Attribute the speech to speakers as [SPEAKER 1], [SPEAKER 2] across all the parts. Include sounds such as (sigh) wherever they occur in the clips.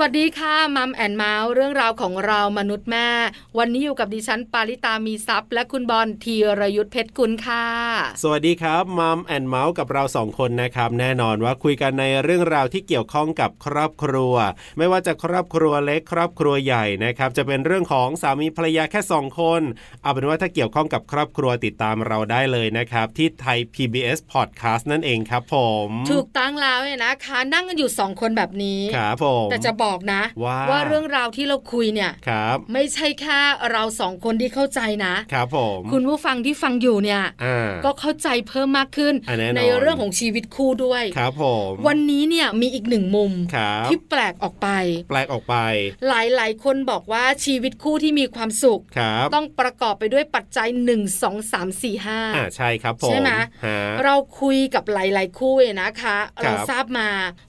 [SPEAKER 1] สวัสดีค่ะมัมแอนเมาส์เรื่องราวของเรามนุษย์แม่ วันนี้อยู่กับดิฉันปาริตามีซัพย์และคุณบอลธีรยุทธเพชรกุลค่ะ
[SPEAKER 2] สวัสดีครับมัมแอนเมาส์กับเราสองคนนะครับ แน่นอนว่าคุยกันในเรื่องราวที่เกี่ยวข้องกับครอบครัว ไม่ว่าจะครอบครัวเล็กครอบครัวใหญ่นะครับ จะเป็นเรื่องของสามีภรรยาแค่สองคนเอาเป็นว่าถ้าเกี่ยวข้องกับครอบครัวติดตามเราได้เลยนะครับ ที่ไทย PBS Podcast นั่นเองครับผม
[SPEAKER 1] ถูกตั้งแล้วเนี่ยนะคะนั่งกันอยู่สองคนแบบนี้
[SPEAKER 2] ครับผม
[SPEAKER 1] แต่จะบอกนะ
[SPEAKER 2] ว่า
[SPEAKER 1] เรื่องราวที่เราคุยเนี่ย
[SPEAKER 2] ครับ
[SPEAKER 1] ไม่ใช่แค่เราสองคนที่เข้าใจนะ
[SPEAKER 2] ครับผม
[SPEAKER 1] คุณผู้ฟังที่ฟังอยู่เนี่ย
[SPEAKER 2] อ่า
[SPEAKER 1] ก็เข้าใจเพิ่มมากขึ้น
[SPEAKER 2] อ่ะแน่นอน
[SPEAKER 1] ในเรื่องของชีวิตคู่ด้วย
[SPEAKER 2] ครับผม
[SPEAKER 1] วันนี้เนี่ยมีอีกหนึ่งมุม
[SPEAKER 2] ครับ
[SPEAKER 1] ที่แปลกออกไป
[SPEAKER 2] แปลกออกไป
[SPEAKER 1] หลายๆ คนบอกว่าชีวิตคู่ที่มีความสุข
[SPEAKER 2] ครับ
[SPEAKER 1] ต้องประกอบไปด้วยปัจจัย 1 2 3 4
[SPEAKER 2] อ่า
[SPEAKER 1] 5
[SPEAKER 2] ใช่ครับผม
[SPEAKER 1] ใช่ไหม
[SPEAKER 2] ฮะ
[SPEAKER 1] เราคุยกับหลาย ๆ คู่เนี่ยนะคะ
[SPEAKER 2] ครั
[SPEAKER 1] เรา
[SPEAKER 2] บ
[SPEAKER 1] ทราบมา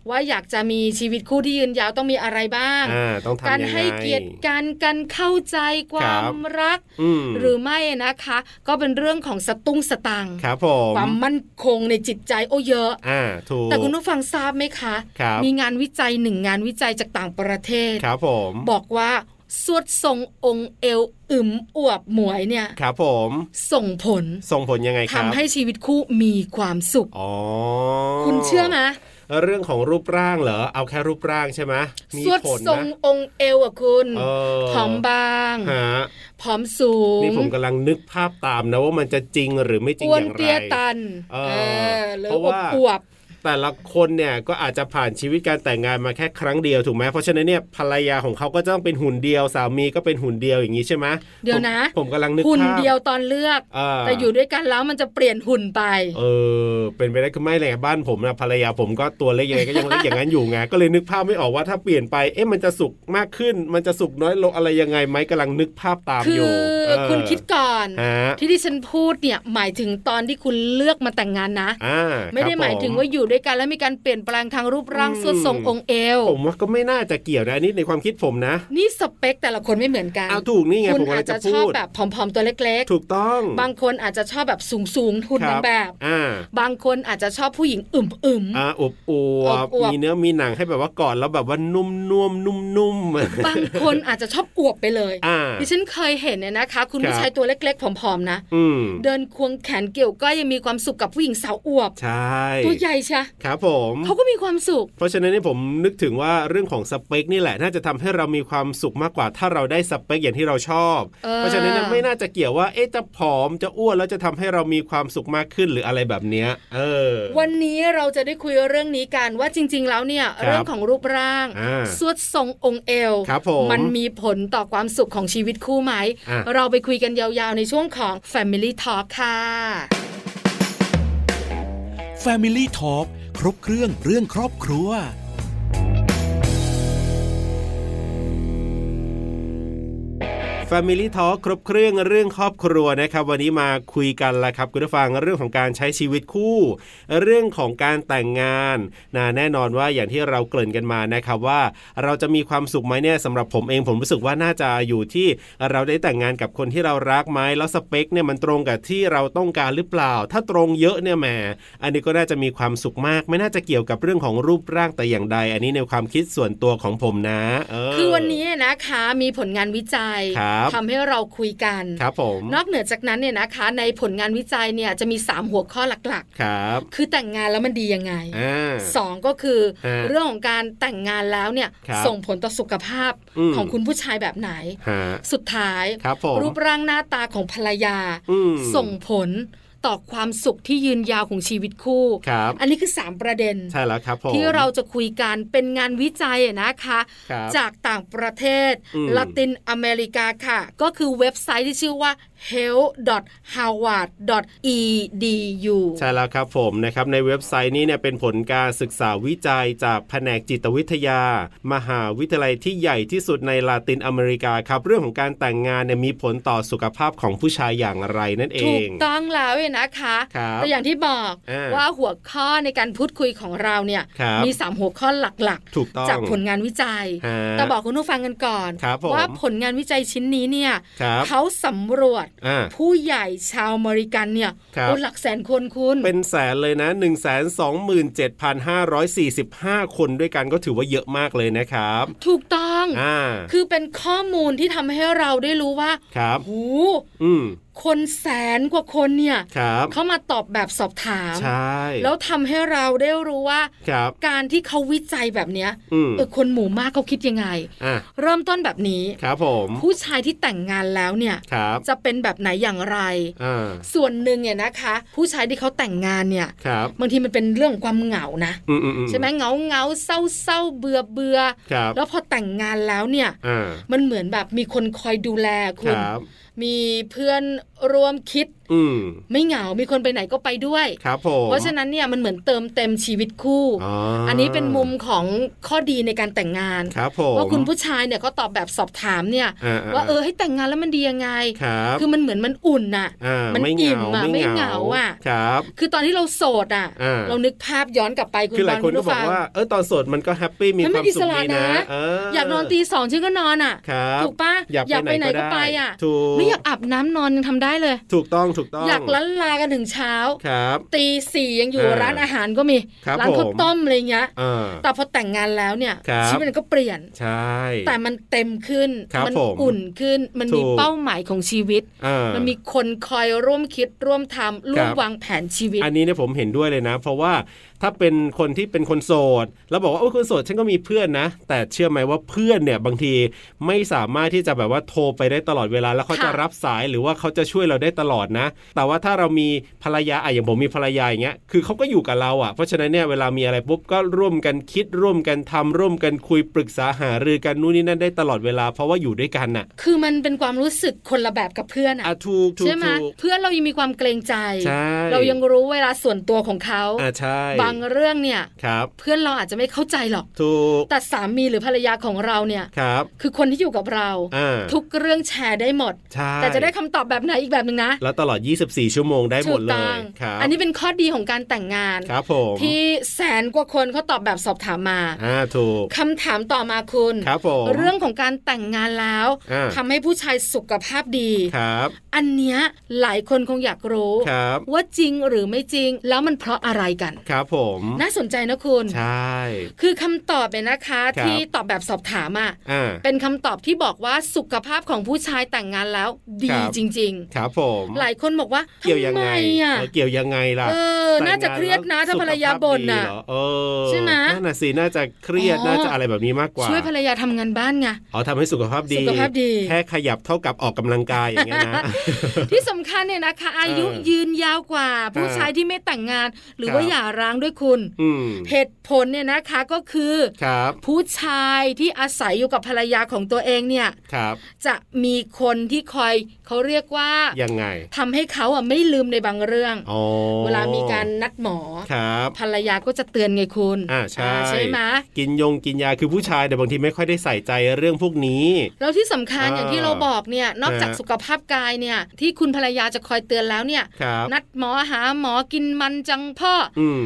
[SPEAKER 1] ว่าอยากจะมีชีวิตคู่ที่ยืนยาวต้องมีอะไรบ้าง
[SPEAKER 2] อ่าต้องทำยังไง
[SPEAKER 1] การให้เกียรติกันการเข้าใจความ
[SPEAKER 2] ครับ
[SPEAKER 1] รัก
[SPEAKER 2] อืม
[SPEAKER 1] หรือไม่นะคะ ก็เป็นเรื่องของสตุ้งสตังค์
[SPEAKER 2] ครับผม
[SPEAKER 1] ความมั่นคงในจิตใจโอ้เยอะ
[SPEAKER 2] อ่าถูก
[SPEAKER 1] แต่คุณผู้ฟังทราบไหมคะ
[SPEAKER 2] ครับ
[SPEAKER 1] มีงานวิจัยหนึ่งงานวิจัยจากต่างประเทศ
[SPEAKER 2] ครับผม
[SPEAKER 1] บอกว่าสวดทรงองค์เอวอึมอวบหมวยเนี่ย
[SPEAKER 2] ครับผม
[SPEAKER 1] ส่งผล
[SPEAKER 2] ส่งผลยังไงค
[SPEAKER 1] ทำ
[SPEAKER 2] รับ
[SPEAKER 1] ให้ชีวิตคู่มีความสุข
[SPEAKER 2] อ๋อ
[SPEAKER 1] คุณเชื่อไหม
[SPEAKER 2] เรื่องของรูปร่างเหรอเอาแค่รูปร่างใช่ไหมมี
[SPEAKER 1] สวด
[SPEAKER 2] ผล
[SPEAKER 1] ทรง
[SPEAKER 2] นะ
[SPEAKER 1] องค์เอวอะคุณ
[SPEAKER 2] เออ
[SPEAKER 1] ผอมบาง
[SPEAKER 2] ฮะ
[SPEAKER 1] ผอมสูง
[SPEAKER 2] นี่ผมกำลังนึกภาพตามนะว่ามันจะจริงหรือไม่จริง
[SPEAKER 1] อ้
[SPEAKER 2] อ
[SPEAKER 1] วน
[SPEAKER 2] ย่างไร
[SPEAKER 1] เตี้ยตัน
[SPEAKER 2] เออ
[SPEAKER 1] หรือ
[SPEAKER 2] เพราะ
[SPEAKER 1] อ
[SPEAKER 2] ว่า
[SPEAKER 1] วบอวบ
[SPEAKER 2] แต่ละคนเนี่ยก็อาจจะผ่านชีวิตการแต่งงานมาแค่ครั้งเดียวถูกไหมเพราะฉะนั้นเนี่ยภรรยาของเขาก็จะต้องเป็นหุ่นเดียวสามีก็เป็นหุ่นเดียวอย่างนี้ใช่ไหม
[SPEAKER 1] เดี๋ยวนะ
[SPEAKER 2] ผมผมกำลังนึก
[SPEAKER 1] หุ่น
[SPEAKER 2] ภาพ
[SPEAKER 1] เดียวตอนเลือก
[SPEAKER 2] อ่า
[SPEAKER 1] แต่อยู่ด้วยกันแล้วมันจะเปลี่ยนหุ่นไป
[SPEAKER 2] เออเป็นไปได้คือไม่เลยบ้านผมนะภรรยาผมก็ตัวเล็กยังไงก็ยังเล็กอย่างนั้นอยู่ไงก็เลยนึกภาพไม่ออกว่าถ้าเปลี่ยนไปเอ๊ะมันจะสุกมากขึ้น มันจะสุกน้อยลงอะไรยังไงไหมกำลังนึกภาพตาม
[SPEAKER 1] คื
[SPEAKER 2] อยู่เออ
[SPEAKER 1] คุณคิดก่อน
[SPEAKER 2] ฮะ
[SPEAKER 1] ที่ดิฉันพูดเนี่ยหมายถึงตอนที่คุณเลือกมาแต่งงานนะ
[SPEAKER 2] อ่า
[SPEAKER 1] ไม่ได้
[SPEAKER 2] ครับ
[SPEAKER 1] หมายถึงว่า
[SPEAKER 2] ผ
[SPEAKER 1] อยู่ด้วยกันแล้วมีการเปลี่ยนแปลงทางรูปร่าง
[SPEAKER 2] อืม
[SPEAKER 1] ส่วนทรงองค์เอว
[SPEAKER 2] ผมว่าก็ไม่น่าจะเกี่ยวนะอันนี้ในความคิดผมนะ
[SPEAKER 1] นี่สเปคแต่ละคนไม่เหมือนกัน
[SPEAKER 2] เอาถูกนี่ไง
[SPEAKER 1] คุณ
[SPEAKER 2] ผมกำ
[SPEAKER 1] อา
[SPEAKER 2] ลั
[SPEAKER 1] จ
[SPEAKER 2] ง
[SPEAKER 1] จะ
[SPEAKER 2] จะ
[SPEAKER 1] ช
[SPEAKER 2] พู
[SPEAKER 1] อบ
[SPEAKER 2] ด
[SPEAKER 1] แบบผอมๆตัวเล็ก
[SPEAKER 2] ถูกต้อง
[SPEAKER 1] ๆ บางคนอาจจะชอบแบบสูงๆหุ่น
[SPEAKER 2] ค
[SPEAKER 1] า
[SPEAKER 2] รับ
[SPEAKER 1] ง
[SPEAKER 2] บ
[SPEAKER 1] แบบ
[SPEAKER 2] อ่า
[SPEAKER 1] บางคนอาจจะชอบผู้หญิงอึม
[SPEAKER 2] อ่าอบอว
[SPEAKER 1] อบบอวบ
[SPEAKER 2] มีเนื้อมีหนังให้แบบว่ากอดแล้วแบบว่านุ่มๆนุ่มๆ
[SPEAKER 1] ๆ บางคนอาจจะชอบอวบไปเลย
[SPEAKER 2] อ่า
[SPEAKER 1] ดิฉันเคยเห็นเนี่ยนะคะ คุณ
[SPEAKER 2] ครับ
[SPEAKER 1] ผู้ชายตัวเล็กๆ ผอมๆนะ
[SPEAKER 2] อืม
[SPEAKER 1] เดินควงแขนเกี่ยวก็ยังมีความสุขกับผู้หญิงสาวอวบ
[SPEAKER 2] ใช่
[SPEAKER 1] ตัวใหญ่ใช่
[SPEAKER 2] ครับผม
[SPEAKER 1] เขาก็มีความสุข
[SPEAKER 2] เพราะฉะนั้นเนี่ยผมนึกถึงว่าเรื่องของสเปคนี่แหละ น่าจะทำให้เรามีความสุขมากกว่า ถ้าเราได้สเปคอย่างที่เราชอบ
[SPEAKER 1] เออ
[SPEAKER 2] เพราะฉะนั้นเนี่ยไม่น่าจะเกี่ยวว่าเอ๊ะจะผอมจะอ้วนแล้วจะทำให้เรามีความสุขมากขึ้นหรืออะไรแบบเนี้ยเออ
[SPEAKER 1] วันนี้เราจะได้คุยเรื่องนี้กันว่าจริง ๆ แล้วเนี่ย
[SPEAKER 2] ครับ
[SPEAKER 1] เรื่องของรูปร่าง
[SPEAKER 2] อ่า
[SPEAKER 1] สวดทรงองค์เอว
[SPEAKER 2] ครับผม
[SPEAKER 1] นมีผลต่อความสุขของชีวิตคู่ไหม
[SPEAKER 2] อ่ะ
[SPEAKER 1] เราไปคุยกันยาวๆ ในช่วงของ Family Talk ค่ะ
[SPEAKER 3] Family Talk ครบเครื่องเรื่องครอบครัว
[SPEAKER 2] Family Talk ครบเครื่องเรื่องครอบครัวนะครับ วันนี้มาคุยกันละครับคุณผู้ฟังเรื่องของการใช้ชีวิตคู่ เรื่องของการแต่งงานนะแน่นอนว่าอย่างที่เราเกริ่นกันมานะครับว่า เราจะมีความสุขไหมเนี่ยสำหรับผมเองผมรู้สึกว่าน่าจะอยู่ที่เราได้แต่งงานกับคนที่เรารักไหมแล้วสเปคเนี่ยมันตรงกับที่เราต้องการหรือเปล่า ถ้าตรงเยอะเนี่ยแหมอันนี้ก็น่าจะมีความสุขมาก ไม่น่าจะเกี่ยวกับเรื่องของรูปร่างแต่อย่างใด อันนี้ในความคิดส่วนตัวของผมนะเ
[SPEAKER 1] คือวันนี้นะคะมีผลงานวิจัย
[SPEAKER 2] ครับ
[SPEAKER 1] ทำให้เราคุยกัน
[SPEAKER 2] ครับผม
[SPEAKER 1] นอกเหนือจากนั้นเนี่ยนะคะ ในผลงานวิจัยเนี่ยจะมี 3 หัวข้อหลัก
[SPEAKER 2] ครับ
[SPEAKER 1] ๆ คือแต่งงานแล้วมันดียังไง
[SPEAKER 2] อ่า
[SPEAKER 1] สองก็คือ
[SPEAKER 2] ฮะ
[SPEAKER 1] เรื่องของการแต่งงานแล้วเนี่ย
[SPEAKER 2] ครับ
[SPEAKER 1] ส่งผลต่อสุขภาพ
[SPEAKER 2] อืม
[SPEAKER 1] ของคุณผู้ชายแบบไหน
[SPEAKER 2] ฮะ
[SPEAKER 1] สุดท้าย
[SPEAKER 2] ครับผม
[SPEAKER 1] รูปร่างหน้าตาของภรรยา
[SPEAKER 2] อืม
[SPEAKER 1] ส่งผลต่อความสุขที่ยืนยาวของชีวิตคู่
[SPEAKER 2] ครับ
[SPEAKER 1] อันนี้คือ 3 ประเด็น
[SPEAKER 2] ใช่แล้วครับผม
[SPEAKER 1] ที่เราจะคุยกันเป็นงานวิจัยนะคะ
[SPEAKER 2] ครับ
[SPEAKER 1] จากต่างประเทศ
[SPEAKER 2] อืม
[SPEAKER 1] ละตินอเมริกาค่ะ ก็คือเว็บไซต์ที่ชื่อว่า health.harvard.edu
[SPEAKER 2] ใช่แล้วครับผมนะครับในเว็บไซต์นี้เนี่ยเป็นผลการศึกษาวิจัยจากแผนกจิตวิทยา มหาวิทยาลัยที่ใหญ่ที่สุดในลาตินอเมริกาครับ เรื่องของการแต่งงานเนี่ยมีผลต่อสุขภาพของผู้ชายอย่างไรนั่นเอ
[SPEAKER 1] ถู
[SPEAKER 2] ง
[SPEAKER 1] กต้องแล้วเนี่ยนะคะ
[SPEAKER 2] ครับ
[SPEAKER 1] แต่อย่างที่บอก
[SPEAKER 2] อ่า
[SPEAKER 1] ว่าหัวข้อในการพูดคุยของเราเนี่ย
[SPEAKER 2] ครับ
[SPEAKER 1] มี 3 หัวข้อหลัก
[SPEAKER 2] ถูกต้อง
[SPEAKER 1] ๆ จากผลงานวิจัย
[SPEAKER 2] ฮะ
[SPEAKER 1] แต่บอกคุณผู้ฟังกันก่อน
[SPEAKER 2] ครับผม
[SPEAKER 1] ว่าผลงานวิจัยชิ้นนี้เนี่ย
[SPEAKER 2] ครับ
[SPEAKER 1] เขาสำรวจ
[SPEAKER 2] อ่า
[SPEAKER 1] ผู้ใหญ่ชาวอเมริกันเนี่ย
[SPEAKER 2] ครับ
[SPEAKER 1] โอ้หลักแสนคนคุณ
[SPEAKER 2] เป็นแสนเลยนะ 1 2 7 5 4 5 คนด้วยกันก็ถือว่าเยอะมากเลยนะครับ
[SPEAKER 1] ถูกต้อง
[SPEAKER 2] อ่า
[SPEAKER 1] คือเป็นข้อมูลที่ทำให้เราได้รู้ว่า
[SPEAKER 2] ครับ
[SPEAKER 1] โห
[SPEAKER 2] อืม
[SPEAKER 1] คนแสนกว่าคนเนี่ย
[SPEAKER 2] ครับ
[SPEAKER 1] เขามาตอบแบบสอบถาม
[SPEAKER 2] ใช่
[SPEAKER 1] แล้วทำให้เราได้รู้ว่า
[SPEAKER 2] ครับ
[SPEAKER 1] การที่เขาวิจัยแบบเนี้ย
[SPEAKER 2] อืม
[SPEAKER 1] เออคนหมู่มากเขาคิดยังไง
[SPEAKER 2] อ่ะ
[SPEAKER 1] เริ่มต้นแบบนี้
[SPEAKER 2] ครับผม
[SPEAKER 1] ผู้ชายที่แต่งงานแล้วเนี่ย
[SPEAKER 2] ครับ
[SPEAKER 1] จะเป็นแบบไหนอย่างไร
[SPEAKER 2] อ่า
[SPEAKER 1] ส่วนหนึ่งเนี่ยนะคะ ผู้ชายที่เขาแต่งงานเนี่ย
[SPEAKER 2] ครับ
[SPEAKER 1] บางทีมันเป็นเรื่องของความเหงานะ
[SPEAKER 2] อืมอืมอื
[SPEAKER 1] ใช่ไหมเหงาเหงาเศร้าเศร้าเบื่อเบื่อ
[SPEAKER 2] ครับ
[SPEAKER 1] แล้วพอแต่งงานแล้วเนี่ย
[SPEAKER 2] อ่า
[SPEAKER 1] มันเหมือนแบบมีคนคอยดูแล
[SPEAKER 2] ค
[SPEAKER 1] คุณ
[SPEAKER 2] รับ
[SPEAKER 1] มีเพื่อนร่วมคิด
[SPEAKER 2] อืม
[SPEAKER 1] ไม่เหงา มีคนไปไหนก็ไปด้วย
[SPEAKER 2] ครับผม
[SPEAKER 1] เพราะฉะนั้นเนี่ยมันเหมือนเติมเต็มชีวิตคู่
[SPEAKER 2] อ๋อ
[SPEAKER 1] อั
[SPEAKER 2] อั
[SPEAKER 1] นนี้เป็นมุมของข้อดีในการแต่งงาน
[SPEAKER 2] ครับผม
[SPEAKER 1] ว่าคุณผู้ชายเนี่ยก็ตอบแบบสอบถามเนี่ย
[SPEAKER 2] อ่ๆ
[SPEAKER 1] ว่าเออให้แต่งงานแล้วมันดียังไง
[SPEAKER 2] ครับ
[SPEAKER 1] คือมันเหมือนมันอุ่นน่ะ
[SPEAKER 2] อ่า
[SPEAKER 1] มัน
[SPEAKER 2] ไม่เห
[SPEAKER 1] อิ่
[SPEAKER 2] งาม
[SPEAKER 1] อะ
[SPEAKER 2] ไม่
[SPEAKER 1] ไม่เหงาอะ
[SPEAKER 2] ครับ
[SPEAKER 1] คือตอนที่เราโสดอ่ะ
[SPEAKER 2] อ่า
[SPEAKER 1] เรานึกภาพย้อนกลับไปคุณ
[SPEAKER 2] คือห
[SPEAKER 1] บ
[SPEAKER 2] ลา
[SPEAKER 1] อย ล
[SPEAKER 2] คน
[SPEAKER 1] ณ
[SPEAKER 2] ก็
[SPEAKER 1] ผู้
[SPEAKER 2] บอ
[SPEAKER 1] ฟั
[SPEAKER 2] ก
[SPEAKER 1] ง
[SPEAKER 2] ว่าเออตอนโสดมันก็แฮปปี้มี
[SPEAKER 1] มัน
[SPEAKER 2] ค
[SPEAKER 1] ไม่
[SPEAKER 2] วามสุขดี
[SPEAKER 1] อิสระ
[SPEAKER 2] นะ
[SPEAKER 1] นะ
[SPEAKER 2] เ
[SPEAKER 1] อยากนอนตีสองฉันก็นอนอ่ะ
[SPEAKER 2] ครับ
[SPEAKER 1] ถูกปะ
[SPEAKER 2] อยาก
[SPEAKER 1] อยาก
[SPEAKER 2] ไป
[SPEAKER 1] ไป
[SPEAKER 2] ไห
[SPEAKER 1] ไห
[SPEAKER 2] น
[SPEAKER 1] น
[SPEAKER 2] ก็
[SPEAKER 1] ก็
[SPEAKER 2] ได้
[SPEAKER 1] ไปอ่ะ
[SPEAKER 2] ถูก
[SPEAKER 1] ไม่อยากอาบน้ำนอนยังทำได้เลย
[SPEAKER 2] ถูกต้องถูกต้อง
[SPEAKER 1] อยากลันลากันถึงเช้า
[SPEAKER 2] ครับ
[SPEAKER 1] ตีสี่ยังอยู่
[SPEAKER 2] เออ
[SPEAKER 1] ร้านอาหารก็มี
[SPEAKER 2] ครับ
[SPEAKER 1] ร้านข้าว
[SPEAKER 2] ผม
[SPEAKER 1] ต้มอะไรเงี้ย
[SPEAKER 2] อ่า
[SPEAKER 1] แต่พอแต่งงานแล้วเนี่ย
[SPEAKER 2] ครับ
[SPEAKER 1] ชีวิตมันก็เปลี่ยน
[SPEAKER 2] ใช่
[SPEAKER 1] แต่มันเต็มขึ้น
[SPEAKER 2] ครับ
[SPEAKER 1] มั
[SPEAKER 2] ผม
[SPEAKER 1] อุ่นขึ้น มันมี
[SPEAKER 2] ถูก
[SPEAKER 1] เป้าหมายของชีวิต
[SPEAKER 2] อ่า
[SPEAKER 1] มันมีคนคอยร่วมคิดร่วมทำร่วม
[SPEAKER 2] ครับ
[SPEAKER 1] วางแผนชีวิต
[SPEAKER 2] อันนี้เนี่ยผมเห็นด้วยเลยนะ เพราะว่าถ้าเป็นคนที่เป็นคนโสด แล้วบอกว่าโอ้ยคนโสดฉันก็มีเพื่อนนะ แต่เชื่อไหมว่าเพื่อนเนี่ยบางทีไม่สามารถที่จะแบบว่าโทรไปได้ตลอดเวลา แล้วเขา
[SPEAKER 1] ค่ะ
[SPEAKER 2] จะรับสายหรือว่าเขาจะช่วยเราได้ตลอดนะ แต่ว่าถ้าเรามีภรรยาอะอย่างผมมีภรรยาอย่างเงี้ยคือเขาก็อยู่กับเราอะ่ะเพราะฉะนั้นเนี่ยเวลามีอะไรปุ๊บก็ร่วมกันคิดร่วมกันทำร่วมกันคุยปรึกษาหารือกันนู่นนี่นั่นได้ตลอดเวลา เพราะว่าอยู่ด้วยกันน่ะ
[SPEAKER 1] คือมันเป็นความรู้สึกคนละแบบกับเพื่อน
[SPEAKER 2] อ่ะถูกถูก
[SPEAKER 1] ใช่ไหม
[SPEAKER 2] ถูก
[SPEAKER 1] เพื่อนเรายังมีความเกรงใจ
[SPEAKER 2] ใช่
[SPEAKER 1] เรายังรู้เวลาส่วนตัวของเขา
[SPEAKER 2] อ่ะใช่
[SPEAKER 1] บางเรื่องเนี่ย
[SPEAKER 2] ครับ
[SPEAKER 1] เพื่อนเราอาจจะไม่เข้าใจหรอก
[SPEAKER 2] ถูก
[SPEAKER 1] แต่สามีหรือภรรยาของเราเนี่ย
[SPEAKER 2] ครับ
[SPEAKER 1] คือคนที่อยู่กับเรา
[SPEAKER 2] อ่า
[SPEAKER 1] ทุกเรื่องแชร์ได้หมด
[SPEAKER 2] ใช่
[SPEAKER 1] แต่จะได้คำตอบแบบไหนอีกแบบหนึ่งนะ
[SPEAKER 2] แล้วตลอด 24 ชั่วโมงได้หมดเล
[SPEAKER 1] ถูกต้อย ง
[SPEAKER 2] ครับ
[SPEAKER 1] อันนี้เป็นข้อดีของการแต่งงาน
[SPEAKER 2] ครับผม
[SPEAKER 1] ที่แสนกว่าคนเขาตอบแบบสอบถามมา
[SPEAKER 2] อ่าถูก
[SPEAKER 1] คำถามต่อมาคุณ
[SPEAKER 2] ครับผม
[SPEAKER 1] เรื่องของการแต่งงานแล้ว
[SPEAKER 2] อ่า
[SPEAKER 1] ทำให้ผู้ชายสุขภาพดี
[SPEAKER 2] ครับ
[SPEAKER 1] อันเนี้ยหลายคนคงอยากรู้
[SPEAKER 2] ครับ
[SPEAKER 1] ว่าจริงหรือไม่จริง แล้วมันเพราะอะไรกัน
[SPEAKER 2] ครับผม
[SPEAKER 1] น่าสนใจนะคุณ
[SPEAKER 2] ใช่
[SPEAKER 1] คือคำตอบเนี่ยนะคะ
[SPEAKER 2] ครับ
[SPEAKER 1] ที่ตอบแบบสอบถามอ่ะ
[SPEAKER 2] อ่า
[SPEAKER 1] เป็นคำตอบที่บอกว่าสุขภาพของผู้ชายแต่งงานแล้วดี
[SPEAKER 2] ครับ
[SPEAKER 1] จริง
[SPEAKER 2] ครับผม
[SPEAKER 1] ๆ หลายคนบอกว่า
[SPEAKER 2] เกี่ยวยั
[SPEAKER 1] ทำ
[SPEAKER 2] ง
[SPEAKER 1] ไม
[SPEAKER 2] ไง
[SPEAKER 1] อ่ะ
[SPEAKER 2] เออเกี่ยวยังไงล่ะ
[SPEAKER 1] เออ น่าจะเครียดนะถ้าภรรยาบ่น
[SPEAKER 2] น่ะ
[SPEAKER 1] อ่ะ
[SPEAKER 2] เออ
[SPEAKER 1] ใช่ไหม
[SPEAKER 2] นั่นน่ะสิน่าจะเครียด
[SPEAKER 1] อ๋อ
[SPEAKER 2] น่าจะอะไรแบบนี้มากกว่า
[SPEAKER 1] ช่วยภรรยาทำงานบ้านไง
[SPEAKER 2] อ๋อทำให้สุขภาพดี
[SPEAKER 1] สุขภาพดี
[SPEAKER 2] แค่ขยับเท่ากับออกกำลังกายอย่างเงี้ยนะ
[SPEAKER 1] (laughs) ที่สำคัญเนี่ยนะคะ อายุ
[SPEAKER 2] เออ
[SPEAKER 1] ยืนยาวกว่า ผู้ชายที่ไม่แต่งงาน หรือว่า
[SPEAKER 2] ครับ
[SPEAKER 1] หย่าร้างด้วยคุณ
[SPEAKER 2] อืม
[SPEAKER 1] เหตุผลเนี่ยนะคะก็คือ
[SPEAKER 2] ครับ
[SPEAKER 1] ผู้ชายที่อาศัยอยู่กับภรรยาของตัวเองเนี่ย
[SPEAKER 2] ครับ
[SPEAKER 1] จะมีคนที่คอยเขาเรียกว่า
[SPEAKER 2] ยังไง
[SPEAKER 1] ทำให้เขาอ่ะไม่ลืมในบางเรื่อง
[SPEAKER 2] อ๋อ
[SPEAKER 1] เวลามีการนัดหมอ
[SPEAKER 2] ครับ
[SPEAKER 1] ภรรยาก็จะเตือนไงคุณ
[SPEAKER 2] อ่าใช่
[SPEAKER 1] อ่าใช่ไหม
[SPEAKER 2] กินยงกินยาคือผู้ชายแต่บางทีไม่ค่อยได้ใส่ใจเรื่องพวกนี้
[SPEAKER 1] แล้วที่สำคัญ
[SPEAKER 2] อ่า
[SPEAKER 1] อย่างที่เราบอกเนี่ยนอกจาก
[SPEAKER 2] ฮะ
[SPEAKER 1] สุขภาพกายเนี่ย ที่คุณภรรยาจะคอยเตือนแล้วเนี่ย
[SPEAKER 2] ครับ
[SPEAKER 1] นัดหมอหาหมอกินมันจังพ่ออ
[SPEAKER 2] อืม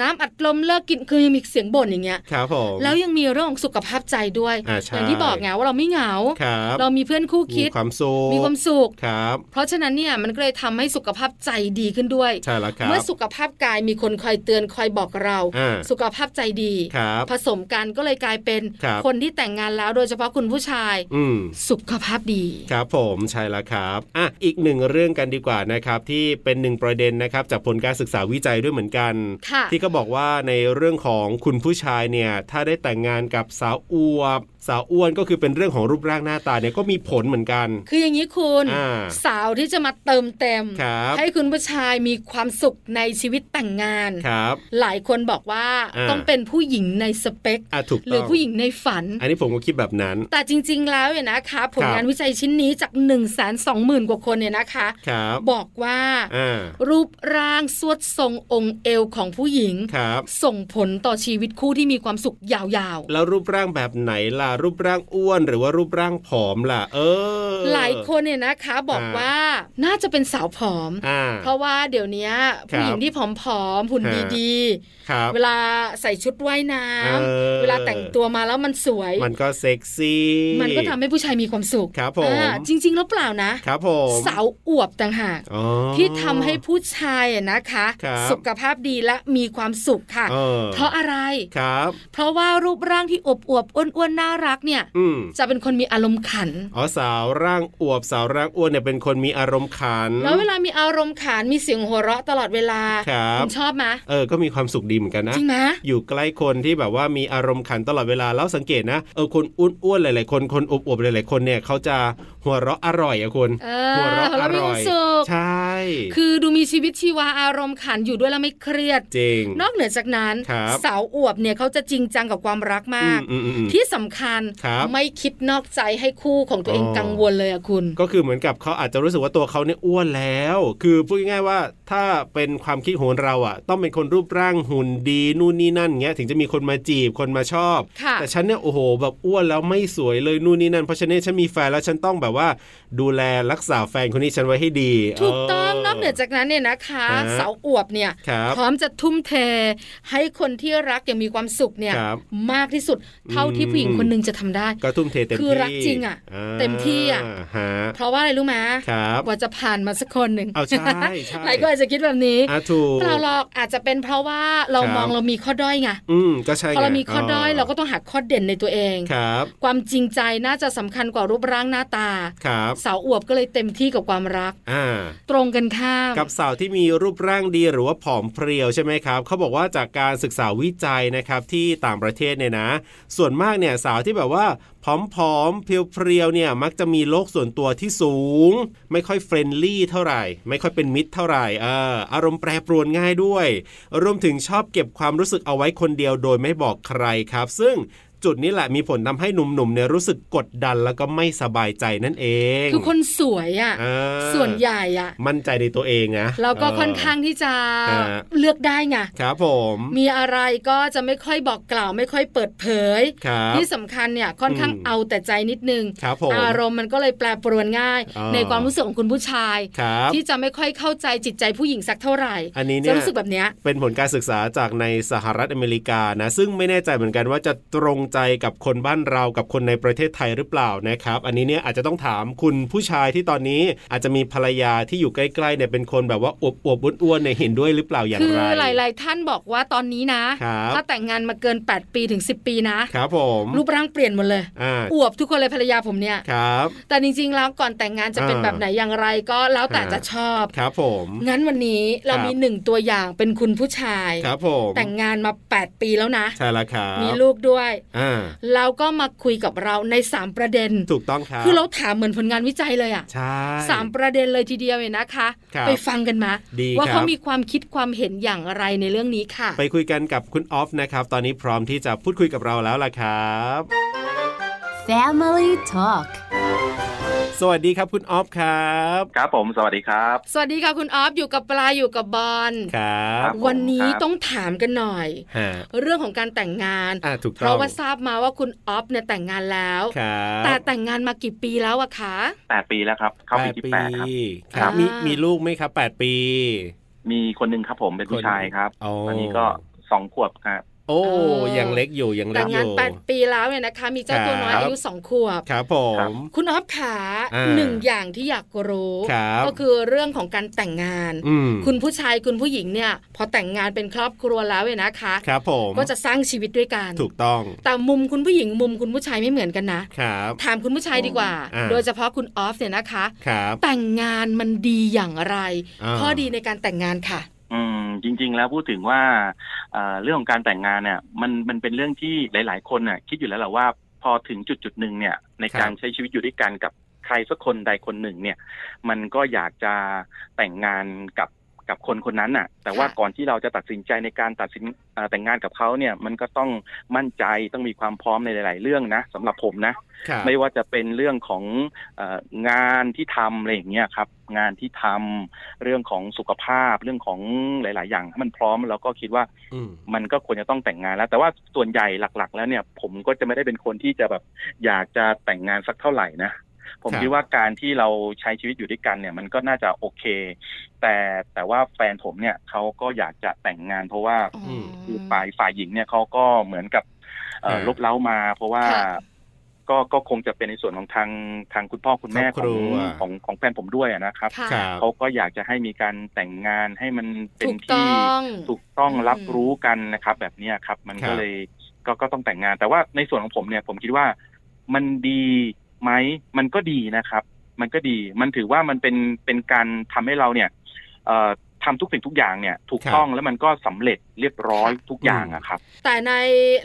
[SPEAKER 1] น้ำอัดลมเลิกกินคือยังมีเสียงบ่นอย่างเงี้ย
[SPEAKER 2] ครับผม
[SPEAKER 1] แล้วยังมีเรื่องของสุขภาพใจด้วย
[SPEAKER 2] อ่าใช่
[SPEAKER 1] อย่างที่บอกไงว่าเราไม่เหงา
[SPEAKER 2] ครับ
[SPEAKER 1] เรามีเพื่อนคู่
[SPEAKER 2] มี
[SPEAKER 1] คิด
[SPEAKER 2] ความสุข
[SPEAKER 1] มีความสุข
[SPEAKER 2] ครับ
[SPEAKER 1] เพราะฉะนั้นเนี่ยมันก็เลยทำให้สุขภาพใจดีขึ้นด้วย
[SPEAKER 2] ใช่แล้วครับ
[SPEAKER 1] เมื่อสุขภาพกายมีคนคอยเตือนคอยบอกเรา
[SPEAKER 2] อ่า
[SPEAKER 1] สุขภาพใจดี
[SPEAKER 2] ครับ
[SPEAKER 1] ผสมกันก็เลยกลายเป็น
[SPEAKER 2] ครับ
[SPEAKER 1] นที่แต่งงานแล้วโดยเฉพาะคุณผู้ชาย
[SPEAKER 2] อืม
[SPEAKER 1] สุขภาพดี
[SPEAKER 2] ครับผมใช่แล้วครับอ่ะอีกหนึ่งเรื่องกันดีกว่านะครับ ที่เป็นหนึ่งประเด็นนะครับ จากผลการศึกษาวิจัยด้วยเหมือนกัน
[SPEAKER 1] ค่ะ
[SPEAKER 2] ที่ก็บอกว่าในเรื่องของคุณผู้ชายเนี่ย ถ้าได้แต่งงานกับสาวอวบสาวอ้วนก็คือเป็นเรื่องของรูปร่างหน้าตาเนี่ยก็มีผลเหมือนกัน
[SPEAKER 1] คืออย่างนี้คุณ
[SPEAKER 2] อ่า
[SPEAKER 1] สาวที่จะมาเติมเต็ม
[SPEAKER 2] ครับ
[SPEAKER 1] ให้คุณผู้ชายมีความสุขในชีวิตแต่งงาน
[SPEAKER 2] ครับ
[SPEAKER 1] หลายคนบอกว่า
[SPEAKER 2] อ่า
[SPEAKER 1] ต้องเป็นผู้หญิงในสเปค
[SPEAKER 2] อ่ะถูกต้อง
[SPEAKER 1] หรือผู้หญิงในฝัน
[SPEAKER 2] อันนี้ผมก็คิดแบบนั้น
[SPEAKER 1] แต่จริงๆ แล้วเนี่ยนะคะ ผลงา
[SPEAKER 2] คน รับ
[SPEAKER 1] วิจัยชิ้นนี้จาก 1 2 0 0 0 0 กว่าคนเนี่ยนะคะ
[SPEAKER 2] ครับ
[SPEAKER 1] บอกว่า
[SPEAKER 2] อ่า
[SPEAKER 1] รูป ร่างสวดทรงองค์เอวของผู้หญิง
[SPEAKER 2] ครับ
[SPEAKER 1] ส่งผลต่อชีวิตคู่ที่มีความสุขยาวๆ
[SPEAKER 2] แล้วรูปร่างแบบไหนล่ะ รูปร่างอ้วนหรือว่ารูปร่างผอมล่ะ เออ
[SPEAKER 1] หลายคนเนี่ยนะคะบอก
[SPEAKER 2] อ่า
[SPEAKER 1] ว่าน่าจะเป็นสาวผอม
[SPEAKER 2] อ่า
[SPEAKER 1] เพราะว่าเดี๋ยวเนี้ย
[SPEAKER 2] ครับ
[SPEAKER 1] ผู้หญิงที่ผอมๆหุ่น
[SPEAKER 2] ฮะ
[SPEAKER 1] ดี
[SPEAKER 2] ครับ
[SPEAKER 1] ๆ เวลาใส่ชุดว่ายน้ำ
[SPEAKER 2] เออ
[SPEAKER 1] เวลาแต่งตัวมาแล้วมันสวย
[SPEAKER 2] มันก็เซ็กซี่
[SPEAKER 1] มันก็ทำให้ผู้ชายมีความสุข
[SPEAKER 2] ครับผม
[SPEAKER 1] อ่าจริงๆแล้วเปล่านะครับ
[SPEAKER 2] ผม
[SPEAKER 1] สาวอวบต่างหาก
[SPEAKER 2] อ๋อ
[SPEAKER 1] ที่ทำให้ผู้ชายอะนะคะ
[SPEAKER 2] ครับ
[SPEAKER 1] สุขภาพดีและมีความสุขค่ะ
[SPEAKER 2] เออ
[SPEAKER 1] เพราะอะไร
[SPEAKER 2] ครับ
[SPEAKER 1] เพราะว่ารูปร่างที่อวบอวบๆอ้วนๆน่ารักเนี่ย
[SPEAKER 2] อืม
[SPEAKER 1] จะเป็นคนมีอารมณ์ขัน
[SPEAKER 2] อ๋อสาวร่างอวบสาวร่างอ้วนเนี่ยเป็นคนมีอารมณ์ขัน
[SPEAKER 1] แล้วเวลามีอารมณ์ขันมีเสียงหัวเราะตลอดเวลา
[SPEAKER 2] ครับ
[SPEAKER 1] ณชอบไหม
[SPEAKER 2] เออก็มีความสุขดีเหมือนกันนะ
[SPEAKER 1] จริงไหม
[SPEAKER 2] อยู่ใกล้คนที่แบบว่ามีอารมณ์ขันตลอดเวลาแล้วสังเกตนะเออคนอ้วนๆหลายๆคนคนอวบๆหลายๆคนเนี่ยเขาจะหัวเราะอร่อยอะคุณ
[SPEAKER 1] เออ
[SPEAKER 2] หัวเราะอ
[SPEAKER 1] มี
[SPEAKER 2] ร่
[SPEAKER 1] ค
[SPEAKER 2] อ
[SPEAKER 1] วาม
[SPEAKER 2] ย
[SPEAKER 1] สุข
[SPEAKER 2] ใช่
[SPEAKER 1] คือดูมีชีวิตชีวาอารมณ์ขันอยู่ด้วยแล้วไม่เครียด
[SPEAKER 2] จริง
[SPEAKER 1] นอกเหนือจากนั้น
[SPEAKER 2] ครับ
[SPEAKER 1] สาวอวบเนี่ยเขาจะจริงจังกับความรักมาก
[SPEAKER 2] อืมอืมอืม
[SPEAKER 1] ที่สำคัญ
[SPEAKER 2] ครับ
[SPEAKER 1] ไม่คิดนอกใจให้คู่ของตัวเอง
[SPEAKER 2] อ๋อ
[SPEAKER 1] กังวลเลยอะคุณ
[SPEAKER 2] ก็คือเหมือนกับเขาอาจจะรู้สึกว่าตัวเขาเนี่ยอ้วนแล้ว คือพูดง่ายๆว่าถ้าเป็นความคิดของเราอ่ะ ต้องเป็นคนรูปร่างหุ่นดีนู่นนี่นั่นเงี้ยถึงจะมีคนมาจีบคนมาชอบ
[SPEAKER 1] ค่ะ
[SPEAKER 2] แต่ฉันเนี่ยโอ้โหแบบอ้วนแล้วไม่สวยเลยนู่นนี่นั่นเพราะฉะนั้นฉันมีแฟนแล้วฉันต้องแบบว่า ดูแลรักษาแฟนคนนี้ฉันไว้ให้ดี
[SPEAKER 1] ถูกต้อง
[SPEAKER 2] เ
[SPEAKER 1] นอกเหนือจากนั้นเนี่ยนะคะ
[SPEAKER 2] ฮะ
[SPEAKER 1] สาวอวบเนี่ย
[SPEAKER 2] ครับ
[SPEAKER 1] พร้อมจะทุ่มเท ให้คนที่รักยังมีความสุขเนี่ย
[SPEAKER 2] ครับ
[SPEAKER 1] มากที่สุดเท่าที่
[SPEAKER 2] อืม
[SPEAKER 1] ผู้หญิงคนหนึงจะทำได้
[SPEAKER 2] ก็ทุ่มเทเต็มที่
[SPEAKER 1] คือรักจริงอะเต็มที่อะ
[SPEAKER 2] ฮะ
[SPEAKER 1] เพราะว่าอะไรรู้ไหม
[SPEAKER 2] ครับ
[SPEAKER 1] กว่าจะผ่านมาสักคนหนึ่ง
[SPEAKER 2] เอาใช่ใช่
[SPEAKER 1] (laughs) หลายคนอาจจะคิดแบบนี้
[SPEAKER 2] อ่ะถูก
[SPEAKER 1] เปล่าหรอกอาจจะเป็นเพราะว่าเรา
[SPEAKER 2] ครับ
[SPEAKER 1] มองเรามีข้อด้อยไง
[SPEAKER 2] อืมก็ใช่
[SPEAKER 1] พอเรา
[SPEAKER 2] ไง
[SPEAKER 1] มีข้อด้อยเราก็ต้องหาข้อเด่นในตัวเอง
[SPEAKER 2] ครับ
[SPEAKER 1] ความจริงใจน่าจะสำคัญกว่ารูปร่างหน้าตา
[SPEAKER 2] ครับ
[SPEAKER 1] สาวอวบก็เลยเต็มที่กับความรัก
[SPEAKER 2] อ่า
[SPEAKER 1] ตรงกันข้าม
[SPEAKER 2] กับสาวที่มีรูปร่างดีหรือว่าผอมเพรียวใช่ไหมครับเขาบอกว่าจากการศึกษาวิจัยนะครับที่ต่างประเทศเนี่ยนะ ส่วนมากเนี่ยสาวที่แบบว่าผอมๆเพรียวๆเนี่ยมักจะมีโลกส่วนตัวที่สูง ไม่ค่อยเฟรนลี่เท่าไหร่ ไม่ค่อยเป็นมิตรเท่าไหร่เอออารมณ์แปรปรวนง่ายด้วย รวมถึงชอบเก็บความรู้สึกเอาไว้คนเดียวโดยไม่บอกใครครับ ซึ่งจุดนี้แหละมีผลทำให้หนุ่มๆเนี่ยรู้สึกกดดันแล้วก็ไม่สบายใจนั่นเอง
[SPEAKER 1] คือคนสวยอ่ะ
[SPEAKER 2] อ่า
[SPEAKER 1] ส่วนใหญ่อ่ะ
[SPEAKER 2] มั่นใจในตัวเองนะ
[SPEAKER 1] เราก็
[SPEAKER 2] เ
[SPEAKER 1] ค่อนข้างที่จะ
[SPEAKER 2] ฮะ
[SPEAKER 1] เลือกได้ไง
[SPEAKER 2] ครับผม
[SPEAKER 1] มีอะไรก็จะไม่ค่อยบอกกล่าว ไม่ค่อยเปิดเผย
[SPEAKER 2] ครับ
[SPEAKER 1] ที่สำคัญเนี่ยค่อนข้าง
[SPEAKER 2] อืม
[SPEAKER 1] เอาแต่ใจนิดนึง
[SPEAKER 2] ครับผม
[SPEAKER 1] อารมณ์มันก็เลยแปรปรวนง่าย
[SPEAKER 2] อ๋อ
[SPEAKER 1] ในความรู้สึกของคุณผู้ชาย
[SPEAKER 2] ครับ
[SPEAKER 1] ที่จะไม่ค่อยเข้าใจจิตใจผู้หญิงสักเท่าไหร่
[SPEAKER 2] อันนี้เนี่
[SPEAKER 1] จะ
[SPEAKER 2] ย
[SPEAKER 1] รู้สึกแบบเนี้ย
[SPEAKER 2] เป็นผลการศึกษาจากในสหรัฐอเมริกานะ ซึ่งไม่แน่ใจเหมือนกันว่าจะตรงใจกับคนบ้านเรากับคนในประเทศไทยหรือเปล่านะครับ อันนี้เนี่ยอาจจะต้องถามคุณผู้ชายที่ตอนนี้อาจจะมีภรรยาที่อยู่ใกล้ๆเนี่ยเป็นคนแบบว่าอวบอวบๆอ้วนๆเนี่ยเห็นด้วยหรือเปล่าอย่าง
[SPEAKER 1] คื
[SPEAKER 2] ไร
[SPEAKER 1] หลาย ๆ ท่านบอกว่าตอนนี้นะ
[SPEAKER 2] ครับ
[SPEAKER 1] ถ้าแต่งงานมาเกิน 8 ปีถึง 10 ปีนะ
[SPEAKER 2] ครับผม
[SPEAKER 1] รูปร่างเปลี่ยนหมดเลย
[SPEAKER 2] อ่า
[SPEAKER 1] อวบทุกคนเลยภรรยาผมเนี่ย
[SPEAKER 2] ครับ
[SPEAKER 1] แต่จริง ๆ แล้วก่อนแต่งงานจะเป็น
[SPEAKER 2] อ่า
[SPEAKER 1] แบบไหนอย่างไรก็แล้วแต่
[SPEAKER 2] อ่า
[SPEAKER 1] จะชอบ
[SPEAKER 2] ครับผม
[SPEAKER 1] งั้นวันนี้เรา
[SPEAKER 2] ครับ
[SPEAKER 1] มีหนึ่งตัวอย่างเป็นคุณผู้ชาย
[SPEAKER 2] ครับผม
[SPEAKER 1] แต่งงานมา 8 ปีแล้วนะ
[SPEAKER 2] ใช่ละครับ
[SPEAKER 1] มีลูกด้วย
[SPEAKER 2] อ่า
[SPEAKER 1] แล้วก็มาคุยกับเราใน 3 ประเด็น
[SPEAKER 2] ถูกต้องครับ
[SPEAKER 1] คือเราถามเหมือนผลงานวิจัยเลยอะ
[SPEAKER 2] ใช่
[SPEAKER 1] สามประเด็นเลยทีเดียวเนี่ยนะคะ
[SPEAKER 2] ครับ
[SPEAKER 1] ไปฟังกันมา
[SPEAKER 2] ดี
[SPEAKER 1] ว่า
[SPEAKER 2] ครับ
[SPEAKER 1] เขามีความคิดความเห็นอย่างไรในเรื่องนี้ค่ะ
[SPEAKER 2] ไปคุยกันกับคุณออฟนะครับ ตอนนี้พร้อมที่จะพูดคุยกับเราแล้วล่ะครับ
[SPEAKER 4] Family Talk
[SPEAKER 2] สวัสดีครับคุณออฟครับ
[SPEAKER 5] ครับผมสวัสดีครับ
[SPEAKER 1] สวัสดีค่ะคุณออฟอยู่กับปลาอยู่กับบอล
[SPEAKER 2] ครับ
[SPEAKER 5] ผม
[SPEAKER 1] วันนี้
[SPEAKER 5] ครับ
[SPEAKER 1] ต้องถามกันหน่อย
[SPEAKER 2] ฮะ
[SPEAKER 1] เรื่องของการแต่งงาน
[SPEAKER 2] อ่าถูก
[SPEAKER 1] เพ
[SPEAKER 2] ต้อง
[SPEAKER 1] ราะว่าทราบมาว่าคุณออฟเนี่ยแต่งงานแล้ว
[SPEAKER 2] ครับ
[SPEAKER 1] แต่แต่งงานมากี่ปีแล้วอะคะ
[SPEAKER 5] แปดปีแล้วครับ เข้าปีที่แปดครับ
[SPEAKER 2] ครั
[SPEAKER 5] ครับ บ
[SPEAKER 2] มีมีลูกไหมครับแปดปี
[SPEAKER 5] มีคนหนึ่งครับผมเป็น
[SPEAKER 2] ค
[SPEAKER 5] ผู้
[SPEAKER 2] น
[SPEAKER 5] ชายครับ
[SPEAKER 2] โอ้
[SPEAKER 5] ตอนนี้ก็สองขวบครับ
[SPEAKER 2] โอ้ยังเล็กอยู่ยังเล็
[SPEAKER 1] แต่
[SPEAKER 2] กอง
[SPEAKER 1] งาน
[SPEAKER 2] ยู่
[SPEAKER 1] แปดปีแล้วเนี่ยนะคะ มีเจ้าตัวน้อย
[SPEAKER 2] ครับ
[SPEAKER 1] อายุสองขวบ
[SPEAKER 2] ครับผม
[SPEAKER 1] คุณออฟขา
[SPEAKER 2] อ่า
[SPEAKER 1] หนึ่งอย่างที่อยากรู้
[SPEAKER 2] ครับ
[SPEAKER 1] ก็คือเรื่องของการแต่งงาน
[SPEAKER 2] อืม
[SPEAKER 1] คุณผู้ชายคุณผู้หญิงเนี่ย พอแต่งงานเป็นครอบครัวแล้วเนี่ยนะคะ
[SPEAKER 2] ครับผม
[SPEAKER 1] ก็จะสร้างชีวิตด้วยกัน
[SPEAKER 2] ถูกต้อง
[SPEAKER 1] แต่มุมคุณผู้หญิงมุมคุณผู้ชายไม่เหมือนกันนะ
[SPEAKER 2] ครับ
[SPEAKER 1] ถามคุณผู้ชายดีกว่า
[SPEAKER 2] อ่า
[SPEAKER 1] โดยเฉพาะคุณออฟเนี่ยนะคะ
[SPEAKER 2] ครับ
[SPEAKER 1] แต่งงานมันดีอย่างไร
[SPEAKER 2] อ่า
[SPEAKER 1] ข้อดีในการแต่งงานค่ะ
[SPEAKER 5] อืมจริง ๆ แล้วพูดถึงว่าเอ่อเรื่องของการแต่งงานเนี่ยมันมันเป็นเรื่องที่หลาย ๆ คนน่ะคิดอยู่แล้วแหละว่าพอถึงจุดจุดๆหนึ่งเนี่ยในการใช้ชีวิตอยู่ด้วยกันกับใครสักคนใดคนหนึ่งเนี่ย มันก็อยากจะแต่งงานกับ กับคนคนนั้นน่ะ แต่ว่า
[SPEAKER 1] ค่ะ
[SPEAKER 5] ก่อนที่เราจะตัดสินใจในการตัดสินเอ่อแต่งงานกับเขาเนี่ยมันก็ต้องมั่นใจต้องมีความพร้อมในหลาย ๆ เรื่องนะสำหรับผมนะ
[SPEAKER 2] ครับ
[SPEAKER 5] ไม่ว่าจะเป็นเรื่องของเอองานที่ทำอะไรอย่างเงี้ยครับ งานที่ทำเรื่องของสุขภาพเรื่องของหลาย ๆ อย่างให้มันพร้อมแล้วก็คิดว่า
[SPEAKER 2] อืม
[SPEAKER 5] มันก็ควรจะต้องแต่งงานแล้ว แต่ว่าส่วนใหญ่หลัก ๆ แล้วเนี่ย ผมก็จะไม่ได้เป็นคนที่จะแบบอยากจะแต่งงานสักเท่าไหร่นะ ผมคิดว่าการที่เราใช้ชีวิตอยู่ด้วยกันเนี่ย มันก็น่าจะโอเค แต่แต่ว่าแฟนผมเนี่ยเขาก็อยากจะแต่งงาน เพราะว่า
[SPEAKER 1] อ๋อ
[SPEAKER 5] คือฝ่ายฝ่ายหญิงเนี่ยเขาก็เหมือนกับเอ่อ
[SPEAKER 2] ฮะ
[SPEAKER 5] ลบเล้ามา เพราะว่า
[SPEAKER 1] ค่ะ
[SPEAKER 5] ก็ก็คงจะเป็นในส่วนของทางทางคุณพ่อคุณแม่
[SPEAKER 2] ครอบค
[SPEAKER 5] ข
[SPEAKER 2] รั
[SPEAKER 5] อง
[SPEAKER 2] ว
[SPEAKER 5] ของของแฟนผมด้วยอะนะครับ
[SPEAKER 1] ค่ะ
[SPEAKER 2] ครับ
[SPEAKER 5] เขาก็อยากจะให้มีการแต่งงานให้มันเป็
[SPEAKER 1] ถู
[SPEAKER 5] น
[SPEAKER 1] กต้
[SPEAKER 5] ที่
[SPEAKER 1] อง
[SPEAKER 5] ถูกต้อง
[SPEAKER 1] อืม
[SPEAKER 5] รับรู้กันนะครับ แบบเนี้ยครับ มัน
[SPEAKER 2] ครั
[SPEAKER 5] ก็
[SPEAKER 2] บ
[SPEAKER 5] เลยก็ก็ต้องแต่งงาน แต่ว่าในส่วนของผมเนี่ย ผมคิดว่ามันดีไหมมันก็ดีนะครับ มันก็ดีมันถือว่ามันเป็นเป็นการทำให้เราเนี่ยเอ่อทำทุกสิ่งทุกอย่างเนี่ย ถูก
[SPEAKER 2] ครับ
[SPEAKER 5] ต้องแล้วมันก็สำเร็จเรียบร้อยทุกอย่าง
[SPEAKER 2] อืม
[SPEAKER 5] อะครับ
[SPEAKER 1] แต่ใน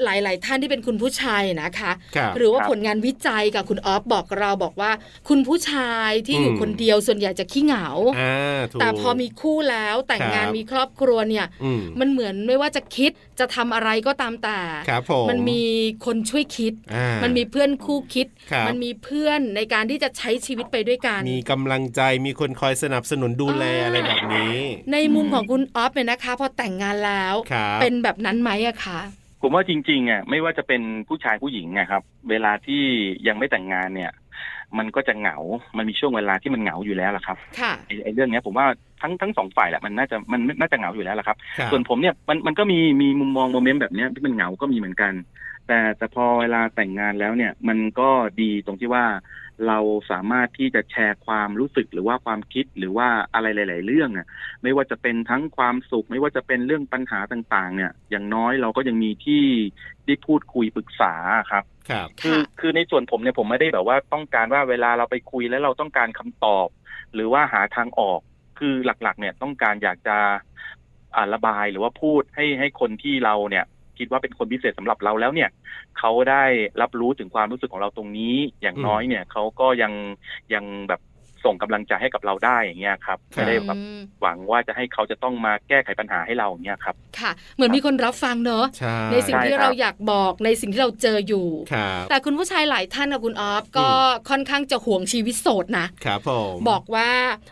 [SPEAKER 1] หลาย ๆ ท่านที่เป็นคุณผู้ชายนะคะ
[SPEAKER 2] ครับ
[SPEAKER 1] หรือว่า
[SPEAKER 5] ครับ
[SPEAKER 1] ผลงานวิจัยกับคุณออฟบอกเราบอกว่า คุณผู้ชายที่
[SPEAKER 2] อืม
[SPEAKER 1] อยู่คนเดียวส่วนใหญ่จะขี้เหงา
[SPEAKER 2] อ่าถูก
[SPEAKER 1] แต่พอมีคู่แล้วแต่งงาน
[SPEAKER 2] ครับ
[SPEAKER 1] มีครอบครัวเนี่ย
[SPEAKER 2] อืม
[SPEAKER 1] มันเหมือนไม่ว่าจะคิดจะทำอะไรก็ตามแต่
[SPEAKER 2] ครับผม
[SPEAKER 1] มันมีคนช่วยคิด
[SPEAKER 2] อ่า
[SPEAKER 1] มันมีเพื่อนคู่คิด
[SPEAKER 2] ครับ
[SPEAKER 1] มันมีเพื่อนในการที่จะใช้ชีวิตไปด้วยกัน
[SPEAKER 2] มีกำลังใจมีคนคอยสนับสนุนดูแล
[SPEAKER 1] อ่า
[SPEAKER 2] อะไรแบบนี้
[SPEAKER 1] ในมุม
[SPEAKER 5] อืม
[SPEAKER 1] ของคุณออฟเนี่ยนะคะพอแต่งงานแล้ว
[SPEAKER 2] ครับ
[SPEAKER 1] เป็นแบบนั้นไหมอะคะ
[SPEAKER 5] ผมว่าจริงๆอะไม่ว่าจะเป็นผู้ชายผู้หญิงนะครับ เวลาที่ยังไม่แต่งงานเนี่ย มันก็จะเหงา มันมีช่วงเวลาที่มันเหงาอยู่แล้วล่ะครับ
[SPEAKER 1] ค่ะ
[SPEAKER 5] ไอ้ไอ้เรื่องเนี้ยผมว่าทั้งทั้งสองฝ่ายแหละมันน่าจะมันน่าจะเหงาอยู่แล้วล่ะครับ
[SPEAKER 2] ครับ
[SPEAKER 5] ส่วนผมเนี่ยมันมันก็มีมีมุมมองโมเมนต์แบบเนี้ยที่มันเหงาก็มีเหมือนกัน แต่แต่พอเวลาแต่งงานแล้วเนี่ยมันก็ดีตรงที่ว่า เราสามารถที่จะแชร์ความรู้สึกหรือว่าความคิดหรือว่าอะไรหลาย ๆ เรื่องอะไม่ว่าจะเป็นทั้งความสุข ไม่ว่าจะเป็นเรื่องปัญหาต่างๆ เนี่ย อย่างน้อยเราก็ยังมีที่ได้พูดคุยปรึกษาครับ
[SPEAKER 2] ครับ
[SPEAKER 5] คือ
[SPEAKER 1] ค่ะ
[SPEAKER 5] คือในส่วนผมเนี่ยผมไม่ได้แบบว่าต้องการว่าเวลาเราไปคุยแล้วเราต้องการคำตอบ หรือว่าหาทางออก คือหลักๆ เนี่ยต้องการอยากจะอ่าระบายหรือว่าพูดให้ให้คนที่เราเนี่ย คิดว่าเป็นคนพิเศษสำหรับเราแล้วเนี่ยเขาได้รับรู้ถึงความรู้สึกของเราตรงนี้ อย่าง
[SPEAKER 2] อืม
[SPEAKER 5] น้อยเนี่ยเขาก็ยังยังแบบส่งกำลังใจให้กับเราได้อย่างเงี้ยครับ
[SPEAKER 2] ครับ
[SPEAKER 5] ไม่ได้แบบ
[SPEAKER 1] อืม
[SPEAKER 5] หวังว่าจะให้เขาจะต้องมาแก้ไขปัญหาให้เราอย่างเงี้ยครับ
[SPEAKER 1] ค่ะ เหมือนมีคนรับฟังเนอะ
[SPEAKER 2] ใช่
[SPEAKER 1] ในสิ่งที่
[SPEAKER 5] ใช่ครับ
[SPEAKER 1] เราอยากบอกในสิ่งที่เราเจออยู่
[SPEAKER 2] ครับ
[SPEAKER 1] แต่คุณผู้ชายหลายท่านกับคุณออฟก็
[SPEAKER 2] อื
[SPEAKER 1] ค่อนข้างจะห่วงชีวิตโสดนะครับ
[SPEAKER 2] ผม
[SPEAKER 1] บอกว่า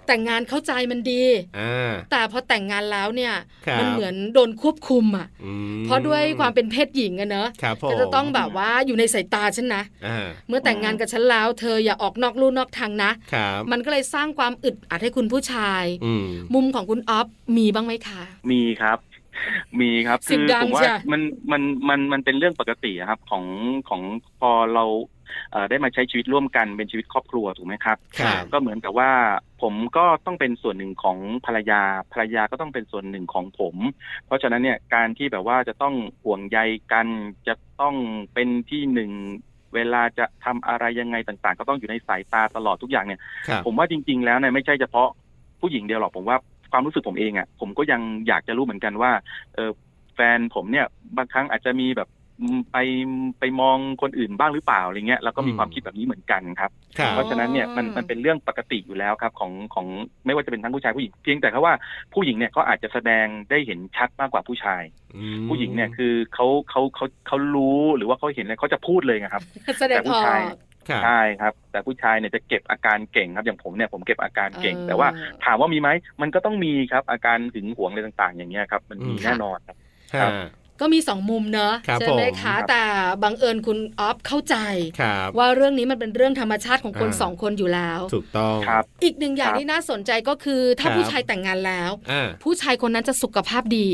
[SPEAKER 1] แต่งงานเข้าใจมันดี
[SPEAKER 2] อ่า
[SPEAKER 1] แต่พอแต่งงานแล้วเนี่ย
[SPEAKER 2] ครับ
[SPEAKER 1] มัเหมือนโดนควบคุมอ่ะ
[SPEAKER 2] อืม
[SPEAKER 1] เพราะด้วยความเป็นเพศหญิงอะเนอะ
[SPEAKER 2] ครับผม
[SPEAKER 1] ก็จะต้องแบบว่าอยู่ในสายตาฉันนะ
[SPEAKER 2] อ่า
[SPEAKER 1] เมื่อแต่งงานกับฉันแล้ว เธออย่าออกนอกลู่นอกทางนะ
[SPEAKER 2] ครับ
[SPEAKER 1] มันก็เลยสร้างความอึดอัดให้คุณผู้ชาย
[SPEAKER 2] อืม
[SPEAKER 1] มุมของคุณออฟมีบ้างไหมคะ
[SPEAKER 5] มีครับ มีครับ
[SPEAKER 1] เสียงดัง
[SPEAKER 5] ผมว่า
[SPEAKER 1] ใช่ไหม
[SPEAKER 5] มันมันมันมันเป็นเรื่องปกติอะครับของของพอเราเอ่อได้มาใช้ชีวิตร่วมกันเป็นชีวิตครอบครัวถูกไหมครับ
[SPEAKER 2] ครับ
[SPEAKER 5] ก็เหมือนกับว่าผมก็ต้องเป็นส่วนหนึ่งของภรรยาภรรยาก็ต้องเป็นส่วนหนึ่งของผม เพราะฉะนั้นเนี่ยการที่แบบว่าจะต้องห่วงใยกันจะต้องเป็นที่หนึ่งเวลาจะทำอะไรยังไงต่างๆ ก็ต้องอยู่ในสายตาตลอดทุกอย่างเนี่ย
[SPEAKER 2] ครับ
[SPEAKER 5] ผมว่าจริง ๆ แล้วเนี่ยไม่ใช่เฉพาะผู้หญิงเดียวหรอกผมว่าความรู้สึกผมเองอะ่ะผมก็ยังอยากจะรู้เหมือนกันว่าเออแฟนผมเนี่ยบางครั้งอาจจะมีแบบอืมไปไปมองคนอื่นบ้างหรือเปล่าอะไรเงี้ยแล้วก็มี
[SPEAKER 2] อืม
[SPEAKER 5] ความคิดแบบนี้เหมือนกันครับ
[SPEAKER 2] ครั
[SPEAKER 5] เพ
[SPEAKER 2] บ
[SPEAKER 5] ราะฉะนั้นเนี่ยมันมันเป็นเรื่องปกติอยู่แล้วครับของของไม่ว่าจะเป็นทั้งผู้ชายผู้หญิงเพียงแต่แค่ว่าผู้หญิงเนี่ยเขาอาจจะแสดงได้เห็นชัดมากกว่าผู้ชาย ผู้หญิงเนี่ยคือเขาเขาเขาเขารู้หรือว่าเขาเห็นเลยเขาจะพูดเลยนะครับ
[SPEAKER 1] แสดงอ
[SPEAKER 5] แต่ผู้
[SPEAKER 1] อก
[SPEAKER 5] ชาย
[SPEAKER 2] ครับ
[SPEAKER 5] ใช่ครับ แต่ผู้ชายเนี่ยจะเก็บอาการเก่งครับอย่างผมเนี่ยผมเก็บอาการเก่ง
[SPEAKER 1] ออ
[SPEAKER 5] แต่ว่า ถามว่ามีไหม มันก็ต้องมีครับ อาการหึงหวงอะไรต่าง ๆ อย่างเงี้ยครับ มัน
[SPEAKER 2] อื
[SPEAKER 5] มี
[SPEAKER 2] ม
[SPEAKER 5] แน่นอนครับ
[SPEAKER 2] ฮะ
[SPEAKER 1] ก็มีสองมุมเนอะ
[SPEAKER 2] ครับ
[SPEAKER 1] ใช่ไหม
[SPEAKER 2] ผมครั
[SPEAKER 1] คะ
[SPEAKER 2] บ
[SPEAKER 1] แต่บังเอิญคุณออฟเข้าใจ
[SPEAKER 2] ครับ
[SPEAKER 1] ว่าเรื่องนี้มันเป็นเรื่องธรรมชาติของคน
[SPEAKER 2] อ่า
[SPEAKER 1] สองคนอยู่แล้ว
[SPEAKER 2] ถูกต้อง
[SPEAKER 5] ครับ
[SPEAKER 1] อีกหนึ่งอย่าง
[SPEAKER 5] ครับ
[SPEAKER 1] ที่น่าสนใจก็คือ ถ้า
[SPEAKER 2] ครับ
[SPEAKER 1] ผู้ชายแต่งงานแล้ว
[SPEAKER 2] อ่า
[SPEAKER 1] ผู้ชายคนนั้นจะสุขภาพดี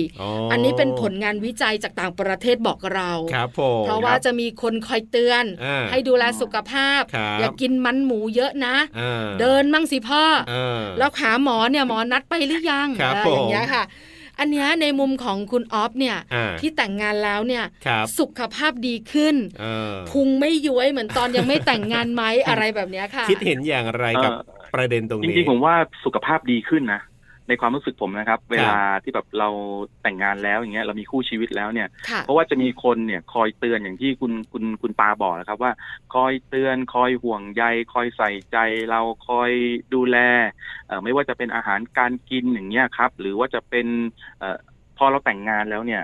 [SPEAKER 1] อันนี้เป็นผลงานวิจัยจากต่างประเทศบอกเรา
[SPEAKER 2] ครับผม
[SPEAKER 1] เพราะว่าจะมีคนคอยเตือน
[SPEAKER 2] อ่า
[SPEAKER 1] ให้ดูแลสุขภาพ
[SPEAKER 2] ครับ
[SPEAKER 1] อย่ากินมันหมูเยอะนะ
[SPEAKER 2] อ่า
[SPEAKER 1] เดินมั่งสิพ่ออ
[SPEAKER 2] อ่า
[SPEAKER 1] แล้วหาหมอเนี่ยหมอนัดไปหรือยัง
[SPEAKER 2] ครับ
[SPEAKER 1] อะไรอย่างเงี้ย
[SPEAKER 2] ผม
[SPEAKER 1] ค่ะ อันเนี้ยในมุมของคุณออฟเนี่ย
[SPEAKER 2] อ่า
[SPEAKER 1] ที่แต่งงานแล้วเนี่ย
[SPEAKER 2] ครับ
[SPEAKER 1] สุขภาพดีขึ้น
[SPEAKER 2] เออ
[SPEAKER 1] พุงไม่ย้วยเหมือนตอนยังไม่แต่งงานไหม
[SPEAKER 2] (laughs)
[SPEAKER 1] อะไรแบบเนี้ยค่ะ
[SPEAKER 2] คิดเห็นอย่างไรกับ
[SPEAKER 5] เอ่อ
[SPEAKER 2] ประเด็นตรง
[SPEAKER 5] จ
[SPEAKER 2] นี้
[SPEAKER 5] ริงๆผมว่าสุขภาพดีขึ้นนะ ในความรู้สึกผมนะครับ เวลาที่แบบเราแต่งงานแล้วอย่างเงี้ยเรามีคู่ชีวิตแล้วเนี่ย
[SPEAKER 1] ค่ะ
[SPEAKER 5] เพราะว่าจะมีคนเนี่ยคอยเตือนอย่างที่คุณคุณคุณปาบอกนะครับว่า คอยเตือนคอยห่วงใย คอยใส่ใจ เราคอยดูแลเอ่อไม่ว่าจะเป็นอาหารการกินอย่างเงี้ยครับ หรือว่าจะเป็นเออพอเราแต่งงานแล้วเนี่ย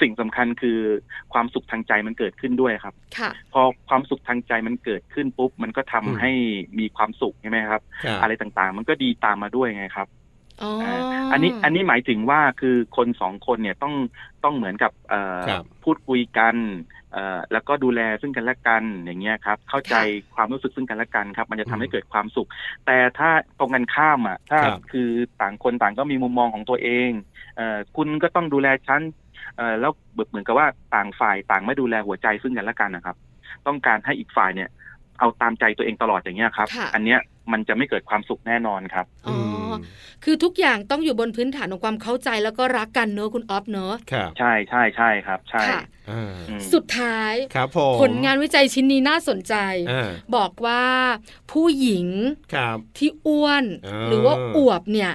[SPEAKER 5] สิ่งสำคัญคือความสุขทางใจมันเกิดขึ้นด้วยครับ
[SPEAKER 1] ค่ะ
[SPEAKER 5] พอความสุขทางใจมันเกิดขึ้นปุ๊บมันก็ทำ
[SPEAKER 2] อืม
[SPEAKER 5] ให้มีความสุขใช่ไหมครับ
[SPEAKER 2] ครับ
[SPEAKER 5] อะไรต่างๆ มันก็ดีตามมาด้วยไงครับ
[SPEAKER 1] อ๋อ
[SPEAKER 5] อ่า
[SPEAKER 1] อั
[SPEAKER 5] อันนี้อันนี้หมายถึงว่าคือคนสองคนเนี่ยต้องต้องเหมือนกับเอ่อ
[SPEAKER 2] ครับ
[SPEAKER 5] พูดคุยกันเอ่อแล้วก็ดูแลซึ่งกันและกันอย่างเงี้ยครับ เข้าใจความรู้สึกซึ่งกันและกันครับ มันจะทำให้
[SPEAKER 2] อืม
[SPEAKER 5] เกิดความสุข แต่ถ้าตรงกันข้ามอ่ะถ้า
[SPEAKER 2] ครับ
[SPEAKER 5] คือต่างคนต่างก็มีมุมมองของตัวเองเอ่อคุณก็ต้องดูแลฉันเอ่อแล้วเหมือนกับว่าต่างฝ่ายต่างไม่ดูแลหัวใจซึ่งกันและกันนะครับ ต้องการให้อีกฝ่ายเนี่ย เอาตามใจตัวเองตลอดอย่างเงี้ยครับ
[SPEAKER 1] ค่ะ
[SPEAKER 5] อันเนี้ยมันจะไม่เกิดความสุขแน่นอนครับ
[SPEAKER 1] อ๋อ
[SPEAKER 2] ม
[SPEAKER 1] อคือทุกอย่างต้องอยู่บนพื้นฐานของความเข้าใจแล้วก็รักกันเนอะคุณออฟเนอะ
[SPEAKER 2] ครับ
[SPEAKER 5] ใช่ใช่ใช่ครับ ใช่
[SPEAKER 1] ค่ะ
[SPEAKER 2] อ่า
[SPEAKER 5] อืม
[SPEAKER 1] สุดท้าย
[SPEAKER 2] ครับผม
[SPEAKER 1] ผลงานวิจัยชิ้นนี้น่าสนใจ
[SPEAKER 2] อ่า
[SPEAKER 1] บอกว่าผู้หญิง
[SPEAKER 2] ครับ
[SPEAKER 1] ที่อ้วน
[SPEAKER 2] เออ
[SPEAKER 1] หรือว่าอวบ
[SPEAKER 2] (laughs)
[SPEAKER 1] เนี่ย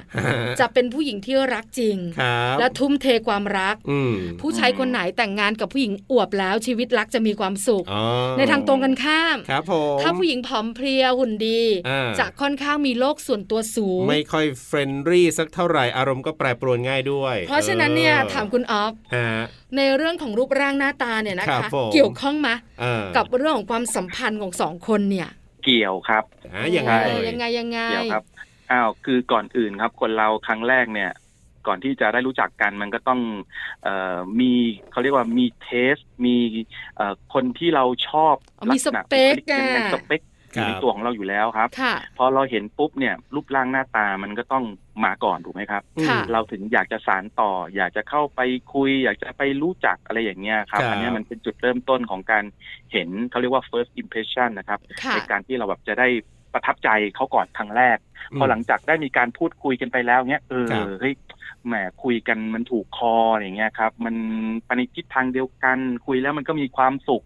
[SPEAKER 1] จะเป็นผู้หญิงที่รักจริง
[SPEAKER 2] ครับ
[SPEAKER 1] และทุ่มเทความรัก
[SPEAKER 2] อืม
[SPEAKER 1] ผู้ชายคนไหนแต่งงานกับผู้หญิงอวบแล้วชีวิตรักจะมีความสุข
[SPEAKER 2] อ๋อ
[SPEAKER 1] ในทางตรงกันข้าม
[SPEAKER 2] ครับผม
[SPEAKER 1] ถ้าผู้หญิงผอมเพรียหุ่นดี
[SPEAKER 2] อ่า
[SPEAKER 1] จะค่อนข้างมีโลกส่วนตัวสูง
[SPEAKER 2] ไม่ค่อยเฟรนรี่สักเท่าไหร่อารมณ์ก็แปรปรวนง่ายด้วย
[SPEAKER 1] เพราะฉะนั้นเนี่ยถามคุณออฟ
[SPEAKER 2] ฮะ
[SPEAKER 1] ในเรื่องของรูปร่างหน้าตาเนี่ยนะ
[SPEAKER 2] ครั
[SPEAKER 1] คะ
[SPEAKER 2] บผม
[SPEAKER 1] เกี่ยวข้องไหม
[SPEAKER 2] เออ
[SPEAKER 1] กับเรื่องของความสัมพันธ์ของสองคนเนี่ย
[SPEAKER 5] เกี่ยวครับ
[SPEAKER 2] อ่ะยังไง
[SPEAKER 1] เอ
[SPEAKER 2] เอ่
[SPEAKER 1] อย ยังไงยังไง
[SPEAKER 5] เกี่ยวครับ อ้าว คือก่อนอื่นครับ คนเราครั้งแรกเนี่ย ก่อนที่จะได้รู้จักกันมันก็ต้องเอ่อมีเขาเรียกว่ามีเทส มีเอ่อคนที่เราชอบ
[SPEAKER 1] อ๋อมี
[SPEAKER 5] ลักษณะ
[SPEAKER 1] สเปค
[SPEAKER 5] บุลิยังไง
[SPEAKER 1] อะ
[SPEAKER 5] สเปคอยู่ใน
[SPEAKER 2] ครับ
[SPEAKER 5] ตัวของเราอยู่แล้วครับ
[SPEAKER 1] ค่ะ
[SPEAKER 5] พอเราเห็นปุ๊บเนี่ย รูปร่างหน้าตามันก็ต้องมาก่อนถูกไหมครับ
[SPEAKER 2] อืม
[SPEAKER 1] ค่ะ
[SPEAKER 5] เราถึงอยากจะสารต่อ อยากจะเข้าไปคุย อยากจะไปรู้จักอะไรอย่างเงี้ยครับ
[SPEAKER 2] ครับ
[SPEAKER 5] อันเนี้ยมันเป็นจุดเริ่มต้นของการเห็นเขาเรียกว่า first impression นะครับ
[SPEAKER 1] ค่ะ
[SPEAKER 5] ในการที่เราแบบจะได้ประทับใจเขาก่อนครั้งแรก
[SPEAKER 2] อืม
[SPEAKER 5] พอหลังจากได้มีการพูดคุยกันไปแล้วเนี้ยเออ
[SPEAKER 2] ครับ
[SPEAKER 5] เฮ้ยแหมคุยกันมันถูกคออย่างเงี้ยครับ มันไปในทิศทางเดียวกัน คุยแล้วมันก็มีความสุข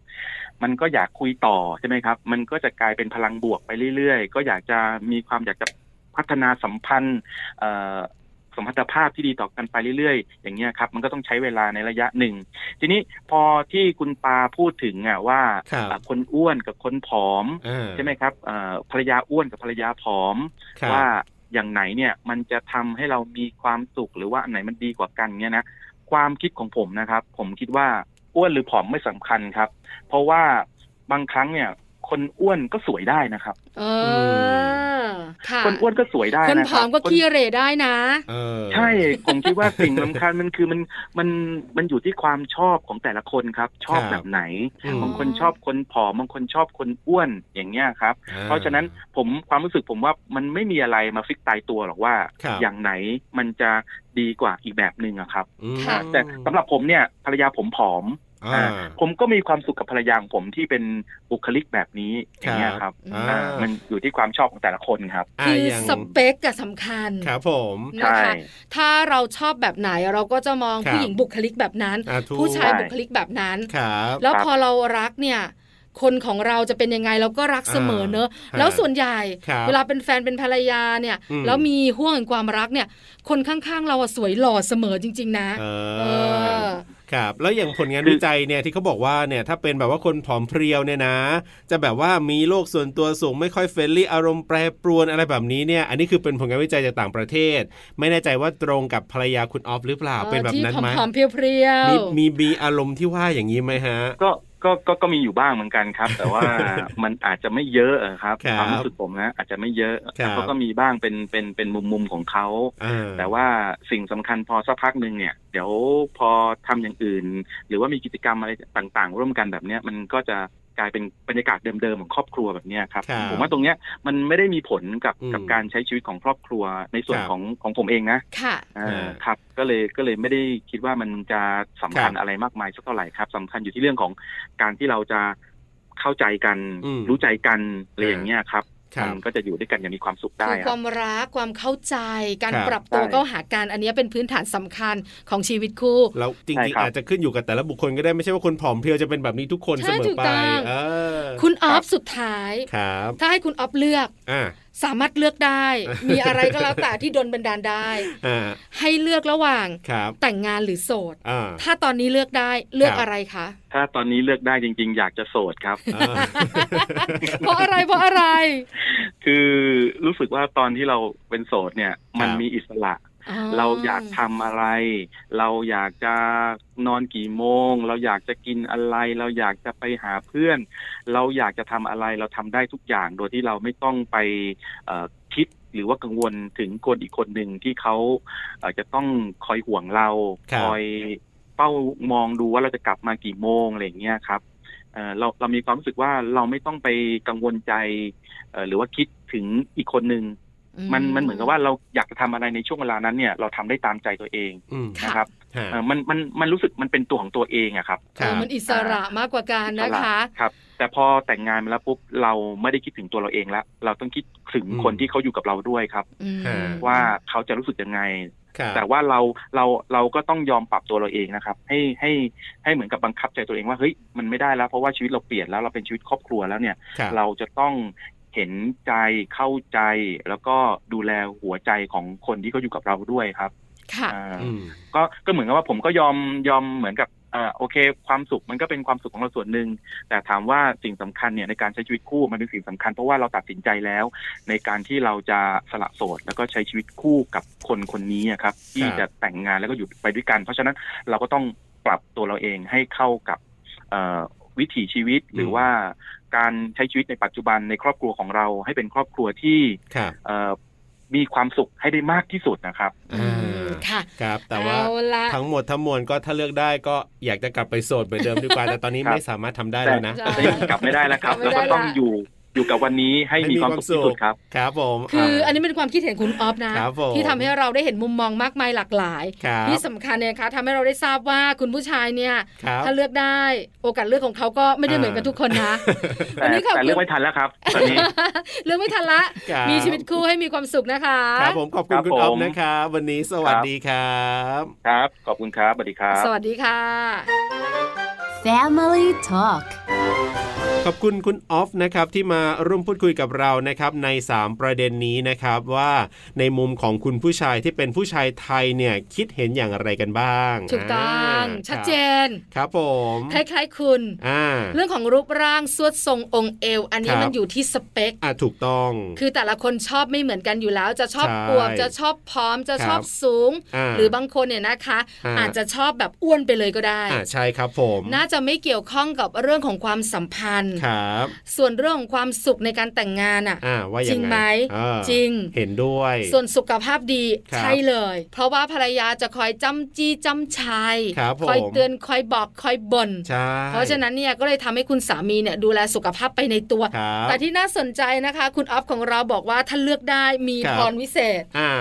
[SPEAKER 5] มันก็อยากคุยต่อใช่ไหมครับ มันก็จะกลายเป็นพลังบวกไปเรื่อยๆ ก็อยากจะมีความอยากจะพัฒนาสัมพันธ์เอ่อสัมพันธภาพที่ดีต่อกันไปเรื่อยๆ อย่างเงี้ยครับ มันก็ต้องใช้เวลาในระยะหนึ่ง ทีนี้พอที่คุณปาพูดถึงอ่ะว่า
[SPEAKER 2] ครับ
[SPEAKER 5] อ่ะคนอ้วนกับคนผอม
[SPEAKER 2] อ่า
[SPEAKER 5] ใช่ไหมครับเอ่อภรรยาอ้วนกับภรรยาผอม
[SPEAKER 2] ครับ
[SPEAKER 5] ว่าอย่างไหนเนี่ยมันจะทำให้เรามีความสุขหรือว่าอันไหนมันดีกว่ากันเนี่ยนะความคิดของผมนะครับ ผมคิดว่าอ้วนหรือผอมไม่สำคัญครับ เพราะว่าบางครั้งเนี่ย คนอ้วนก็สวยได้นะครับ
[SPEAKER 1] เออค่ะ
[SPEAKER 5] คนอ้วนก็สวยได้
[SPEAKER 1] คน
[SPEAKER 5] นะ
[SPEAKER 1] ผ
[SPEAKER 5] ครั
[SPEAKER 1] อบ มก็
[SPEAKER 5] คน
[SPEAKER 1] ขี้เหรได้นะ
[SPEAKER 2] เออ
[SPEAKER 5] ใช่ ผมคิดว่าสิ่งสำคัญมันคือมันมันมันอยู่ที่ความชอบของแต่ละคนครับ ชอบ
[SPEAKER 2] ครับ
[SPEAKER 5] แบบไหน
[SPEAKER 2] อืม
[SPEAKER 5] บางคนชอบคนผอมบางคนชอบคนอ้วนอย่างเงี้ยครับ
[SPEAKER 2] อ่
[SPEAKER 5] เพราะฉะนั้นผมความรู้สึกผมว่ามันไม่มีอะไรมาฟิกตายตัวหรอกว่า
[SPEAKER 2] ครับ
[SPEAKER 5] อย่างไหนมันจะดีกว่าอีกแบบหนึ่งอะครับ
[SPEAKER 2] อืม
[SPEAKER 1] ค่ะ
[SPEAKER 5] แต่สำหรับผมเนี่ยภรรยาผมผอม
[SPEAKER 2] อ่า
[SPEAKER 5] อ่าผมก็มีความสุขกับภรรยาของผมที่เป็นบุคลิกแบบนี้อย่างเงี้ยครับ
[SPEAKER 2] อ่า
[SPEAKER 5] อ่ามันอยู่ที่ความชอบของแต่ละคนครับ
[SPEAKER 2] อ่ะ
[SPEAKER 1] คือ
[SPEAKER 2] ยัง
[SPEAKER 1] สเปกอะสำคัญ
[SPEAKER 2] ครับผม
[SPEAKER 1] นะ
[SPEAKER 5] ใช่
[SPEAKER 1] คะ ถ้าเราชอบแบบไหนเราก็จะมอง
[SPEAKER 2] ครับ
[SPEAKER 1] ผู้หญิงบุคลิกแบบนั้น
[SPEAKER 2] อ่ะถูก
[SPEAKER 1] ผู้ชาย
[SPEAKER 5] ใช่
[SPEAKER 1] บุคลิกแบบนั้น
[SPEAKER 2] ครับ
[SPEAKER 1] แล้ว
[SPEAKER 5] ครับ
[SPEAKER 1] พอเรารักเนี่ย คนของเราจะเป็นยังไงเราก็รักเสมอเนอะ
[SPEAKER 2] อ่า
[SPEAKER 1] แล้วส่วนใหญ่
[SPEAKER 2] ครับ
[SPEAKER 1] เวลาเป็นแฟนเป็นภรรยาเนี่ย
[SPEAKER 2] อืม
[SPEAKER 1] แล้วมีห่วงแห่งความรักเนี่ย คนข้างๆ เราอะสวยหล่อเสมอจริง ๆ นะ
[SPEAKER 2] เอ
[SPEAKER 1] เอ
[SPEAKER 2] อ
[SPEAKER 1] อ
[SPEAKER 2] ครับแล้วอย่างผลงาน
[SPEAKER 5] คือ
[SPEAKER 2] วิจัยเนี่ยที่เขาบอกว่าเนี่ยถ้าเป็นแบบว่าคนผอมเพรียวเนี่ยนะ จะแบบว่ามีโรคส่วนตัวสูงไม่ค่อยเฟรนลี่อารมณ์แปรปรวนอะไรแบบนี้เนี่ย อันนี้คือเป็นผลงานวิจัยจากต่างประเทศ ไม่แน่ใจว่าตรงกับภรรยาคุณออฟหรือเปล่า
[SPEAKER 1] ออ
[SPEAKER 2] เป็นแบบนั้นไหม
[SPEAKER 1] ที่ผอมๆเพรียว
[SPEAKER 2] มี
[SPEAKER 1] ๆ
[SPEAKER 2] มีมีอารมณ์ที่ว่าอย่างนี้ไหมฮะ
[SPEAKER 5] ก็ก็ก็ก็มีอยู่บ้างเหมือนกันครับ แต่ว่า มันอาจจะไม่เยอะอะครับ
[SPEAKER 2] ครับ
[SPEAKER 5] ความรู้สึกผมนะอาจจะไม่เยอะ
[SPEAKER 2] ครับ
[SPEAKER 5] เขาก็มีบ้างเป็นเป็นเป็นมุมมุมๆของเขา
[SPEAKER 2] อ่
[SPEAKER 5] แต่ว่าสิ่งสำคัญพอสักพักหนึ่งเนี่ย เดี๋ยวพอทำอย่างอื่น หรือว่ามีกิจกรรมอะไรต่าง ๆ ร่วมกันแบบเนี้ยมันก็จะกลายเป็นบรรยากาศเดิมๆของครอบครัวแบบเนี้ยครับ
[SPEAKER 2] ครับ
[SPEAKER 5] ผมว่าตรงเนี้ยมันไม่ได้มีผลกับ
[SPEAKER 2] อืม
[SPEAKER 5] กับการใช้ชีวิตของครอบครัวในส่วน
[SPEAKER 2] ครับ
[SPEAKER 5] ของของผมเองนะ
[SPEAKER 1] ค่ะ
[SPEAKER 5] เอ่อ
[SPEAKER 2] อ่า
[SPEAKER 5] ครับ ก็เลยก็เลยไม่ได้คิดว่ามันจะสำคัญ
[SPEAKER 2] ครับ
[SPEAKER 5] อะไรมากมายสักเท่าไหร่ครับสำคัญอยู่ที่เรื่องของการที่เราจะเข้าใจกัน
[SPEAKER 2] อืม
[SPEAKER 5] รู้ใจกันอะไรอย่างเงี้ยครับ
[SPEAKER 2] ครับ
[SPEAKER 5] มันก็จะอยู่ด้วยกันอย่างมีความสุขได้
[SPEAKER 1] คือ
[SPEAKER 5] อะ
[SPEAKER 1] ความรักความเข้าใจ การ
[SPEAKER 2] ครับ
[SPEAKER 1] ปรับตัว
[SPEAKER 5] ใช่
[SPEAKER 1] เข้าหากันอันเนี้ยเป็นพื้นฐานสำคัญของชีวิตคู่
[SPEAKER 2] แล้วจ
[SPEAKER 5] ใช่
[SPEAKER 2] ริง
[SPEAKER 5] ค
[SPEAKER 2] ๆ
[SPEAKER 5] รับ
[SPEAKER 2] อาจจะขึ้นอยู่กับแต่ละบุคคลก็ได้ไม่ใช่ว่าคนผอมเพรียวจะเป็นแบบนี้ทุกคน
[SPEAKER 1] ใช่
[SPEAKER 2] เสมอ
[SPEAKER 1] ถูก
[SPEAKER 2] ไป
[SPEAKER 1] ต้อง
[SPEAKER 2] เออ
[SPEAKER 1] คุณออฟสุดท้าย
[SPEAKER 2] ครับ
[SPEAKER 1] ถ้าให้คุณออฟเลือก
[SPEAKER 2] อ่า
[SPEAKER 1] สามารถเลือกได้ มีอะไรก็แล้วแต่ที่โดนบันดาลได้
[SPEAKER 2] อ่า
[SPEAKER 1] ให้เลือกระหว่าง
[SPEAKER 2] ครับ
[SPEAKER 1] แต่งงานหรือโสด
[SPEAKER 2] อ่า
[SPEAKER 1] ถ้าตอนนี้เลือกได้เลือก
[SPEAKER 2] ครับ
[SPEAKER 1] อะไรคะ
[SPEAKER 5] ถ้าตอนนี้เลือกได้จริง ๆ อยากจะโสดครับ
[SPEAKER 1] (laughs)
[SPEAKER 2] อ่า
[SPEAKER 1] เพราะอะไรเพราะอะไร
[SPEAKER 5] คือรู้สึกว่าตอนที่เราเป็นโสดเนี่ย มัน
[SPEAKER 2] ครับ
[SPEAKER 5] มีอิสระ เราอยากทำอะไร เราอยากจะนอนกี่โมง เราอยากจะกินอะไร เราอยากจะไปหาเพื่อน เราอยากจะทำอะไรเราทำได้ทุกอย่างโดยที่เราไม่ต้องไปเอ่อคิดหรือว่ากังวลถึงคนอีกคนหนึ่งที่เขาเอ่อจะต้องคอยห่วงเรา
[SPEAKER 2] ครับ
[SPEAKER 5] อยเป้ามองดูว่าเราจะกลับมากี่โมงอะไรอย่างเงี้ยครับเอ่อเราเรามีความรู้สึกว่าเราไม่ต้องไปกังวลใจเอ่อหรือว่าคิดถึงอีกคนหนึ่ง มันมันเหมือนกับว่าเราอยากจะทำอะไรในช่วงเวลานั้นเนี่ยเราทำได้ตามใจตัวเอง
[SPEAKER 2] อืม
[SPEAKER 1] ค่ะ
[SPEAKER 5] นะครับ
[SPEAKER 2] ฮะ
[SPEAKER 5] เอ่อมันมันมันรู้สึกมันเป็นตัวของตัวเองอะครับ
[SPEAKER 2] ครั
[SPEAKER 1] เอบ อมันอิสระมากกว่าการ
[SPEAKER 5] อิ
[SPEAKER 1] นะ
[SPEAKER 5] ส
[SPEAKER 1] คะ
[SPEAKER 5] ครับ แต่พอแต่งงานมาแล้วปุ๊บเราไม่ได้คิดถึงตัวเราเองแล้ว เราต้องคิดถึง
[SPEAKER 2] อืม
[SPEAKER 5] คนที่เขาอยู่กับเราด้วยครับ
[SPEAKER 1] อืม
[SPEAKER 2] ฮะ
[SPEAKER 5] ว่าเขาจะรู้สึกยังไง
[SPEAKER 2] ครับ
[SPEAKER 5] แต่ว่าเราเราเราก็ต้องยอมปรับตัวเราเองนะครับ ให้ให้ให้เหมือนกับบังคับใจตัวเองว่าเฮ้ยมันไม่ได้แล้ว เพราะว่าชีวิตเราเปลี่ยนแล้วเราเป็นชีวิตครอบครัวแล้วเนี่ย
[SPEAKER 2] ครับ
[SPEAKER 5] เราจะต้องเห็นใจเข้าใจ แล้วก็ดูแลหัวใจของคนที่เขาอยู่กับเราด้วยครับ
[SPEAKER 1] ค่ะ
[SPEAKER 5] อ่า
[SPEAKER 2] อืม
[SPEAKER 5] ก็ก็เหมือนกับว่าผมก็ยอมยอมเหมือนกับอ่าโอเค ความสุขมันก็เป็นความสุขของเราส่วนหนึ่งแต่ถามว่าสิ่งสำคัญเนี่ยในการใช้ชีวิตคู่มันเป็นสิ่งสำคัญเพราะว่าเราตัดสินใจแล้ว ในการที่เราจะสละโสดแล้วก็ใช้ชีวิตคู่กับคนคนนี้อะครับที่จะแต่งงานแล้วก็อยู่ไปด้วยกัน เพราะฉะนั้นเราก็ต้องปรับตัวเราเองให้เข้ากับเอ่อวิถีชีวิตหรือว่าการใช้ชีวิตในปัจจุบันในครอบครัวของเราให้เป็นครอบครัวที่
[SPEAKER 2] ครับ
[SPEAKER 5] เอ่อมีความสุขให้ได้มากที่สุดนะครับ
[SPEAKER 1] อืมค่ะ
[SPEAKER 2] ครับ แต่ว่า
[SPEAKER 1] เอละ
[SPEAKER 2] ทั้งหมดทั้งมวลก็ถ้าเลือกได้ก็อยากจะกลับไปโสดเหมือนเดิมดีกว่าแต่ตอนนี้
[SPEAKER 5] ครับ
[SPEAKER 2] ไม่สามารถทำได้แล้วนะ
[SPEAKER 1] ใช่
[SPEAKER 5] แต่ก็ยังกลับไม่ได้แล้วครับ
[SPEAKER 1] กลับไม่
[SPEAKER 5] เรา
[SPEAKER 1] ได้
[SPEAKER 5] ก็
[SPEAKER 1] ละ
[SPEAKER 5] ต้องอยู่อยู่กับวันนี้ให้มีความสุขที่สุดครับ
[SPEAKER 2] ครับผม
[SPEAKER 1] คืออันนี้เป็นความคิดเห็นคุณออฟนะ
[SPEAKER 2] ครับผม
[SPEAKER 1] ที่ทำให้เราได้เห็นมุมมองมากมายหลากหลาย
[SPEAKER 2] ครับ
[SPEAKER 1] ที่สำคัญเนี่ยนะคะทำให้เราได้ทราบว่าคุณผู้ชายเนี่ย
[SPEAKER 2] ครับ
[SPEAKER 1] ถ้าเลือกได้โอกาสเลือกของเขาก็ไม่ได้เหมือนกันทุกคนนะ วั
[SPEAKER 5] แต่
[SPEAKER 1] นนี้ขอบคุณ
[SPEAKER 5] แต่เลือกไม่ทันแล้วครับตอนนี้
[SPEAKER 1] เลือกไม่ทันละ
[SPEAKER 2] ครับ
[SPEAKER 1] มีชีวิตคู่ให้มีความสุขนะคะ
[SPEAKER 2] ครับผมขอบคุ
[SPEAKER 5] ครั
[SPEAKER 2] ณ
[SPEAKER 5] บ
[SPEAKER 2] คุณอ๊อฟ
[SPEAKER 5] ผม
[SPEAKER 2] นะครับวันนี้สวัสดีครับ
[SPEAKER 5] ครับขอบคุณครับสวัสดีครับ
[SPEAKER 1] สวัสดีค่ะ
[SPEAKER 4] Family Talk
[SPEAKER 2] ขอบคุณคุณออฟนะครับที่มาร่วมพูดคุยกับเรานะครับใน 3 ประเด็นนี้นะครับว่าในมุมของคุณผู้ชายที่เป็นผู้ชายไทยเนี่ยคิดเห็นอย่างไรกันบ้าง
[SPEAKER 1] ถูกต้อง
[SPEAKER 2] า
[SPEAKER 1] ชัดเจน
[SPEAKER 2] ครับผม
[SPEAKER 1] คล้ายๆคุณ
[SPEAKER 2] อ่า
[SPEAKER 1] เรื่องของรูปร่างสวดทรงองค์เอว อันนี้
[SPEAKER 2] ครับ
[SPEAKER 1] มันอยู่ที่สเปค
[SPEAKER 2] อ่าถูกต้อง
[SPEAKER 1] คือแต่ละคนชอบไม่เหมือนกันอยู่แล้ว จะชอบ
[SPEAKER 2] ใช่
[SPEAKER 1] อวบจะชอบพร้อมจะชอบ
[SPEAKER 2] ครับ
[SPEAKER 1] สูง
[SPEAKER 2] อ่า
[SPEAKER 1] หรือบางคนเนี่ยนะคะ
[SPEAKER 2] อ่า
[SPEAKER 1] อาจจะชอบแบบอ้วนไปเลยก็ได้
[SPEAKER 2] อ่าใช่ครับผม
[SPEAKER 1] น่าจะไม่เกี่ยวข้องกับเรื่องของความสัมพันธ์
[SPEAKER 2] ครับ
[SPEAKER 1] ส่วนเรื่องของความสุขในการแต่งงานอ่ะ
[SPEAKER 2] อ่าว่า
[SPEAKER 1] จ
[SPEAKER 2] ยั
[SPEAKER 1] ริ
[SPEAKER 2] ง
[SPEAKER 1] ง
[SPEAKER 2] ไง
[SPEAKER 1] ไหม
[SPEAKER 2] เออ
[SPEAKER 1] จริง
[SPEAKER 2] เห็นด้วย
[SPEAKER 1] ส่วนสุขภาพดี
[SPEAKER 2] ครับ
[SPEAKER 1] ใช่เลย เพราะว่าภรรยาจะคอยจ้ำจี้จ้ำชัย
[SPEAKER 2] ครับผม
[SPEAKER 1] อยเตือนคอยบอกคอยบ่น
[SPEAKER 2] ใช่
[SPEAKER 1] เพราะฉะนั้นเนี่ยก็เลยทำให้คุณสามีเนี่ยดูแลสุขภาพไปในตัว
[SPEAKER 2] ครับ
[SPEAKER 1] แต่ที่น่าสนใจนะคะ คุณออฟของเราบอกว่าถ้าเลือกได้มี
[SPEAKER 2] ครับ
[SPEAKER 1] พรวิเศษ
[SPEAKER 2] อ่า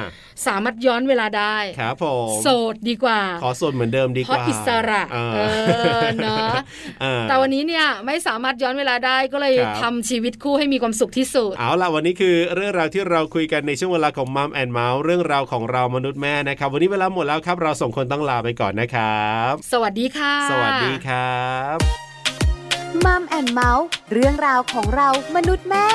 [SPEAKER 1] สามารถย้อนเวลาได้
[SPEAKER 2] ครับผม
[SPEAKER 1] โสดดีกว่า
[SPEAKER 2] ขอโสดเหมือนเดิมดีก
[SPEAKER 1] เพ
[SPEAKER 2] ว่า
[SPEAKER 1] ราะอิสระ
[SPEAKER 2] เออ
[SPEAKER 1] เออเนอะ
[SPEAKER 2] เออ
[SPEAKER 1] แต่วันนี้เนี่ยไม่สามารถย้อนเวลาได้ก็เลย
[SPEAKER 2] ครับ
[SPEAKER 1] ทำชีวิตคู่ให้มีความสุขที่สุด
[SPEAKER 2] เอาล่ะวันนี้คือเรื่องราวที่เราคุยกันในช่วงเวลาของมัมแอนเมาส์เรื่องราวของเรามนุษย์แม่นะครับ วันนี้เวลาหมดแล้วครับ เราส่งคนต้องลาไปก่อนนะครับ
[SPEAKER 1] สวัสดีค่ะ
[SPEAKER 2] สวัสดีครับ
[SPEAKER 4] มัมแอนเมาส์เรื่องราวของเรามนุษย์แม่